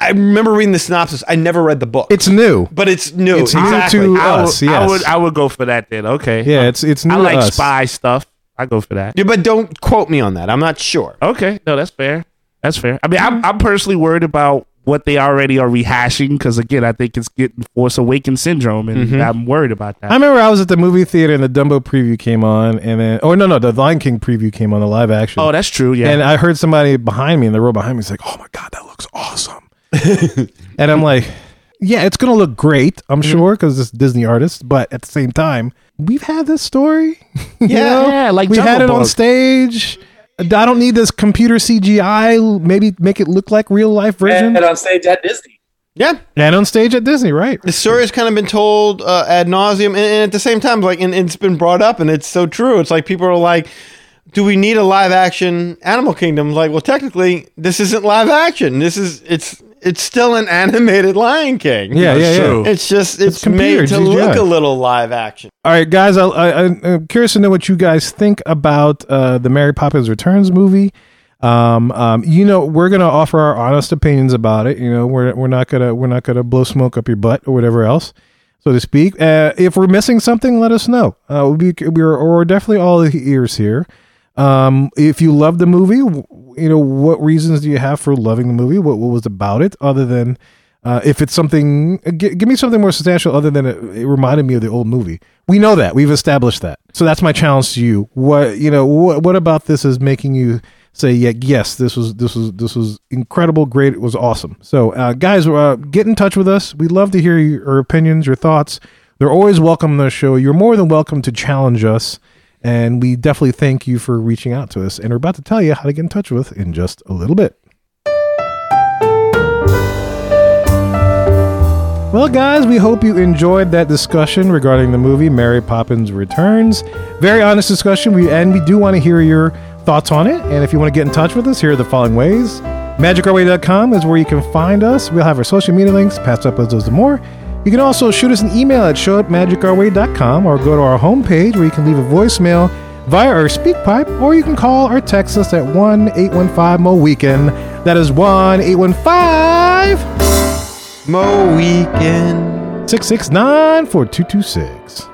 I remember reading the synopsis. I never read the book. It's new. but it's new. It's new exactly. to- I would, Us, I yes. would I would go for that then. Okay. Yeah, it's it's new I to like us. spy stuff. I go for that. Yeah, but don't quote me on that. I'm not sure. Okay, no, that's fair. That's fair. I mean, I'm, I'm personally worried about what they already are rehashing because again, I think it's getting Force Awakens syndrome, and Mm-hmm. I'm worried about that. I remember I was at the movie theater and the Dumbo preview came on, and then oh no no the Lion King preview came on the live action. oh, that's true. Yeah, And I heard somebody behind me in the row behind me was like, "Oh my god, that looks awesome!" and I'm like, "Yeah, it's gonna look great, I'm Mm-hmm. sure, because it's Disney artist." But at the same time, we've had this story. you know? yeah, like we had Jungle it on Book. stage. I don't need this computer CGI. Maybe make it look like real life version. uh, And on stage at Disney. Yeah, And on stage at Disney, right? the story has kind of been told uh, ad nauseum, and, and at the same time, like, and, and it's been brought up, and it's so true. It's like people are like, "Do we need a live action Animal Kingdom?" Like, well, technically, this isn't live action. This is it's it's still an animated Lion King. Yeah, yeah, yeah. true. It's just It's it's, made to computer, look GGI. a little live action. All right, guys, I, I, I'm curious to know what you guys think about uh, the Mary Poppins Returns movie. Um, um, you know, we're gonna offer our honest opinions about it. You know, we're we're not gonna we're not gonna blow smoke up your butt or whatever else, so to speak. Uh, if we're missing something, let us know. Uh, we'll be we're, we're definitely all ears here. Um, if you love the movie, w- you know what reasons do you have for loving the movie? What what was about it other than uh, if it's something, g- give me something more substantial other than it, it reminded me of the old movie. We know that we've established that. So that's my challenge to you. What you know, what what about this is making you say, yeah, yes, this was this was this was incredible, great, it was awesome. So uh, guys, uh, get in touch with us. We'd love to hear your opinions, your thoughts. They're always welcome on the show. You're more than welcome to challenge us. And we definitely thank you for reaching out to us. And we're about to tell you how to get in touch with us in just a little bit. Well, guys, we hope you enjoyed that discussion regarding the movie Mary Poppins Returns. Very honest discussion, we, and we do want to hear your thoughts on it. And if you want to get in touch with us, here are the following ways. MagicOurWay.com is where you can find us. We'll have our social media links, past episodes, and more. You can also shoot us an email at show at magicourway.com or go to our homepage where you can leave a voicemail via our SpeakPipe or you can call or text us at 1 815 Mo Weekend. That is 1 815 Mo weekend. 669 4226.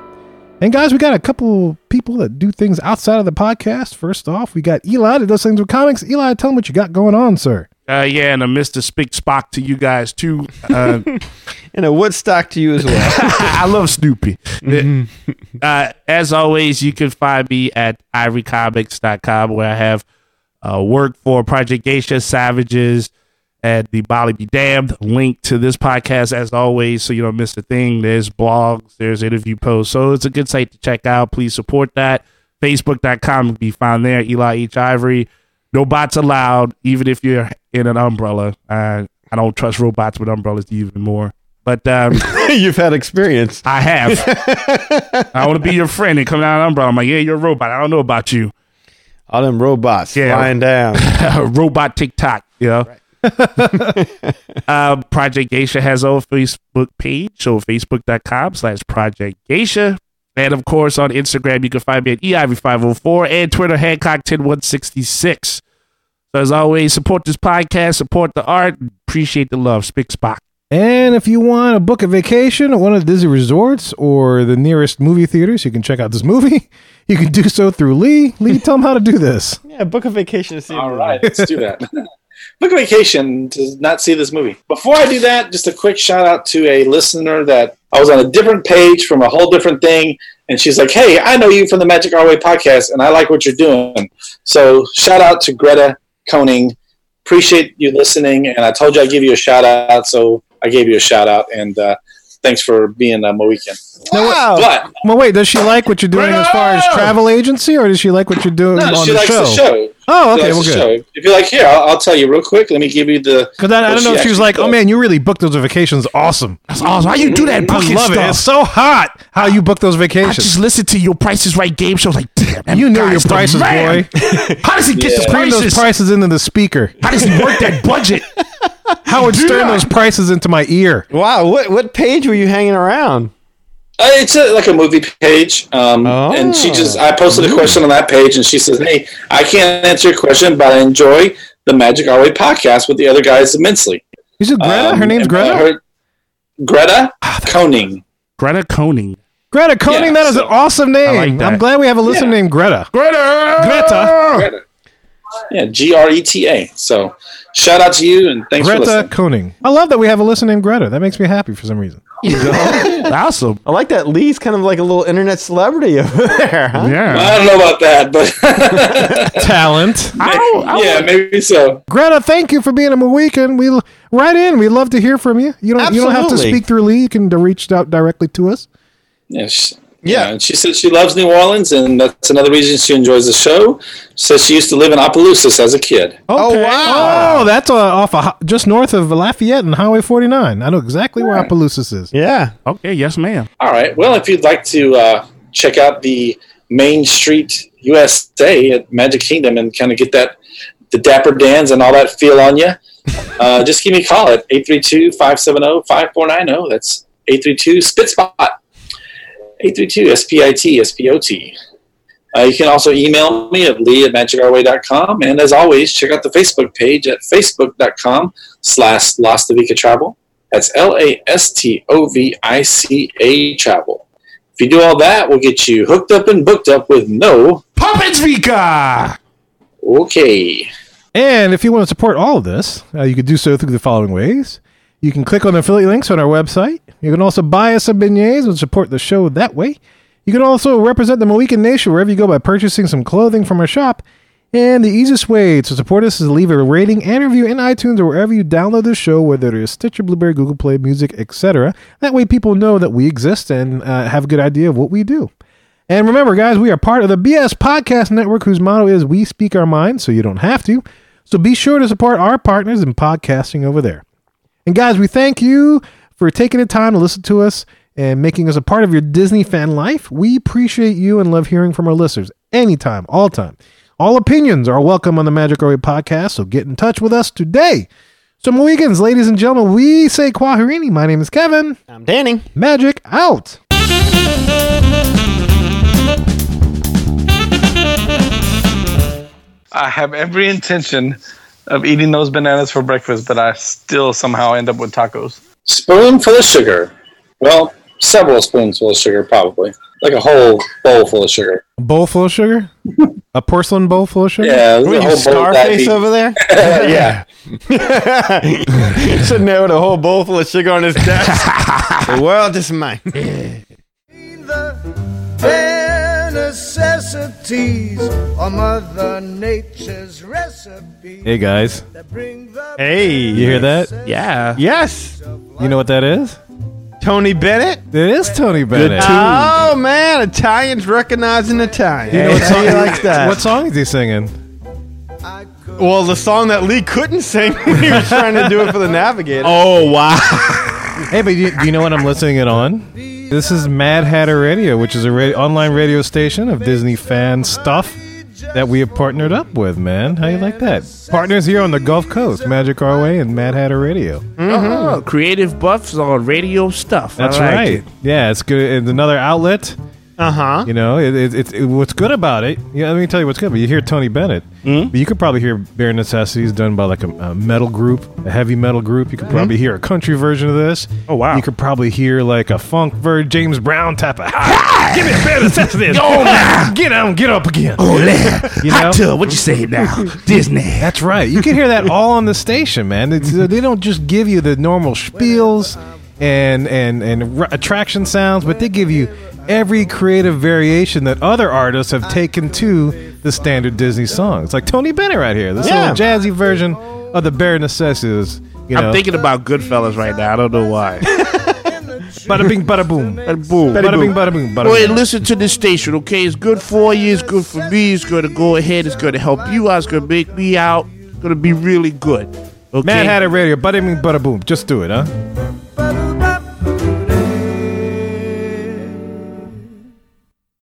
And guys, we got a couple people that do things outside of the podcast. First off, we got Eli that does things with comics. Eli, tell him what you got going on, sir. uh, yeah, and a Mister Speak Spock to you guys too. Uh, And a Woodstock to you as well. I love Snoopy. Uh, as always, you can find me at ivorycomics.com where I have uh, work for Project Geisha, Savages, and the Bali Be Damned. Link to this podcast, as always, so you don't miss a thing. There's blogs, there's interview posts. So it's a good site to check out. Please support that. Facebook.com can be found there. Eli H. Ivory. No bots allowed, even if you're in an umbrella. Uh, I don't trust robots with umbrellas even more. But um, You've had experience. I have. I want to be your friend and come down an umbrella. I'm like, yeah, you're a robot. I don't know about you. All them robots Yeah. flying down. robot TikTok, you know? uh, Project Geisha has a Facebook page, so facebook.com slash Project Geisha. And of course, on Instagram, you can find me at E EIV504 and Twitter, Hancock10166. So as always, support this podcast, support the art, appreciate the love. Spick Spock. And if you want to book a vacation at one of the Disney resorts or the nearest movie theaters, you can check out this movie. You can do so through Lee. Lee, tell him how to do this. Yeah, book a vacation to see. All right, let's do that. Book a vacation to not see this movie. Before I do that, just a quick shout out to a listener that I was on a different page from a whole different thing, and she's like, "Hey, I know you from the Magic Our Way podcast, and I like what you're doing." So shout out to Greta Koning. Appreciate you listening, and I told you I'd give you a shout out. So I gave you a shout out, and uh, thanks for being uh, my weekend. Wow. But Well, wait. Does she like what you're doing as far as travel agency, or does she like what you're doing no, on she the likes show? the show. Oh, She okay. likes Well, the good. show. If you're like, here, I'll, I'll tell you real quick. Let me give you the. Because I, I what don't know if she was actually like, "Oh does. man, you really booked those vacations. Awesome." That's awesome. How you do that? I booking love it. stuff? It's so hot how you book those I vacations. just listened to your Price is Right game show. I was like, damn, that You know guy's your the prices, man. boy. How does he get the Turn those prices? prices into the speaker. How does he work that budget? Howard Do Stern not- those prices into my ear. Wow, what what page were you hanging around? Uh, it's a, like a movie page, um, and she just I posted a Oh. question on that page, and she says, "Hey, I can't answer your question, but I enjoy the Magic Our Way podcast with the other guys immensely." Is it Greta? Um, Her name's and Greta. Ah, her- Greta Koning. Greta Koning. Greta Koning. Yeah, that is so- an awesome name. like that. I'm glad we have a listener named Greta. Greta. Greta. Greta. Yeah, G R E T A. So, shout out to you, and thanks for Greta listening. Koning. I love that we have a listener named Greta. That makes me happy for some reason. awesome. I like that Lee's kind of like a little internet celebrity over there. Huh? Yeah. I don't know about that, but Talent. yeah, maybe so. Greta, thank you for being on the weekend. We l- right in. We love to hear from you. You don't you don't have to Absolutely. speak through Lee. You can d- reach out directly to us. Yeah, she, Yeah. yeah. and she said she loves New Orleans, and that's another reason she enjoys the show. She says she used to live in Opelousas as a kid. Oh wow! Oh, that's uh, off of, Ho- just north of Lafayette and Highway 49. I know exactly where Opelousas is. Yeah, Okay. Yes, ma'am. All right. Well, if you'd like to uh, check out the Main Street USA at Magic Kingdom and kind of get that the Dapper Dans and all that feel on you, uh, just give me a call at oh, 832-570-5490. That's 832-SPITSPOT. 832-S-P-I-T-S-P-O-T. Uh, you can also email me at lee at magicourway.com. And as always, check out the Facebook page at facebook.com slash Las Vegas Travel. That's L A S T O V I C A travel. If you do all that, we'll get you hooked up and booked up with no Puppets Vika. okay. And if you want to support all of this, uh, you can do so through the following ways. You can click on the affiliate links on our website. You can also buy us some beignets and support the show that way. You can also represent the Mohican Nation wherever you go by purchasing some clothing from our shop. And the easiest way to support us is to leave a rating and review in iTunes or wherever you download the show, whether it is Stitcher, Blueberry, Google Play, Music, etc. That way people know that we exist and uh, have a good idea of what we do. And remember, guys, we are part of the BS Podcast Network, whose motto is We Speak Our Minds, so you don't have to. So be sure to support our partners in podcasting over there. And, guys, we thank you for taking the time to listen to us and making us a part of your Disney fan life. We appreciate you and love hearing from our listeners anytime, all time. All opinions are welcome on the Magic Our Way podcast, so get in touch with us today. So, Mohicans, ladies and gentlemen, we say Quaharini. My name is Kevin. I'm Danny. Magic out. I have every intention of eating those bananas for breakfast, but I still somehow end up with tacos. Spoonful of sugar. Well, several spoonsful of sugar, probably. Like a whole bowl full of sugar. bowl full of sugar? a porcelain bowl full of sugar? Yeah, What a are you, whole bowl of Scarface that deep. over there? yeah. Sitting there with a whole bowl full of sugar on his desk. the world is mine. Their necessities are Mother Nature's recipe. Hey guys, Bring the Hey, you hear that? Yeah. yes, You know what that is? Tony Bennett. It is Tony Bennett. Oh man, Italians recognizing Italians. You know what song like that? What song is he singing? well, the song that Lee couldn't sing when he was trying to do it for the Navigator. Oh wow. Hey, but you, do you know what I'm listening it on? This is Mad Hatter Radio, which is a ra- online radio station of Disney fan stuff that we have partnered up with, man. How you like that? Partners here on the Gulf Coast, Magic Our Way and Mad Hatter Radio. Oh, creative buffs on radio stuff. I That's like right. it. Yeah, it's good. It's another outlet. Uh huh. You know, it, it, it's it- what's good about it. Yeah, let me tell you what's good. But you hear Tony Bennett, but you could probably hear Bare Necessities done by like a, a metal group, a heavy metal group. You could probably hear a country version of this. Oh, wow. You could probably hear like a funk version, James Brown type of. Give me the Bare Necessities. Yo, man. get on, get up again. Oh, yeah. You know? Hot tub. What you say now? Disney. That's right. You can hear that all on the station, man. It's, uh, they don't just give you the normal spiels and and and r- attraction sounds, but they give you every creative variation that other artists have taken to the standard Disney songs. Like Tony Bennett right here, this Yeah. little jazzy version of the bare necessities You know. I'm thinking about Goodfellas right now. I don't know why. bada bing, bada boom, bada boom, bada bing, bada boom, bada Boy, boom. listen to this station, okay? It's good for you. It's good for me. It's going to go ahead. It's going to help you out. It's going to make me out. It's going to be really good. Okay? Mad Hatter Radio, bada bing, bada boom. Just do it, huh?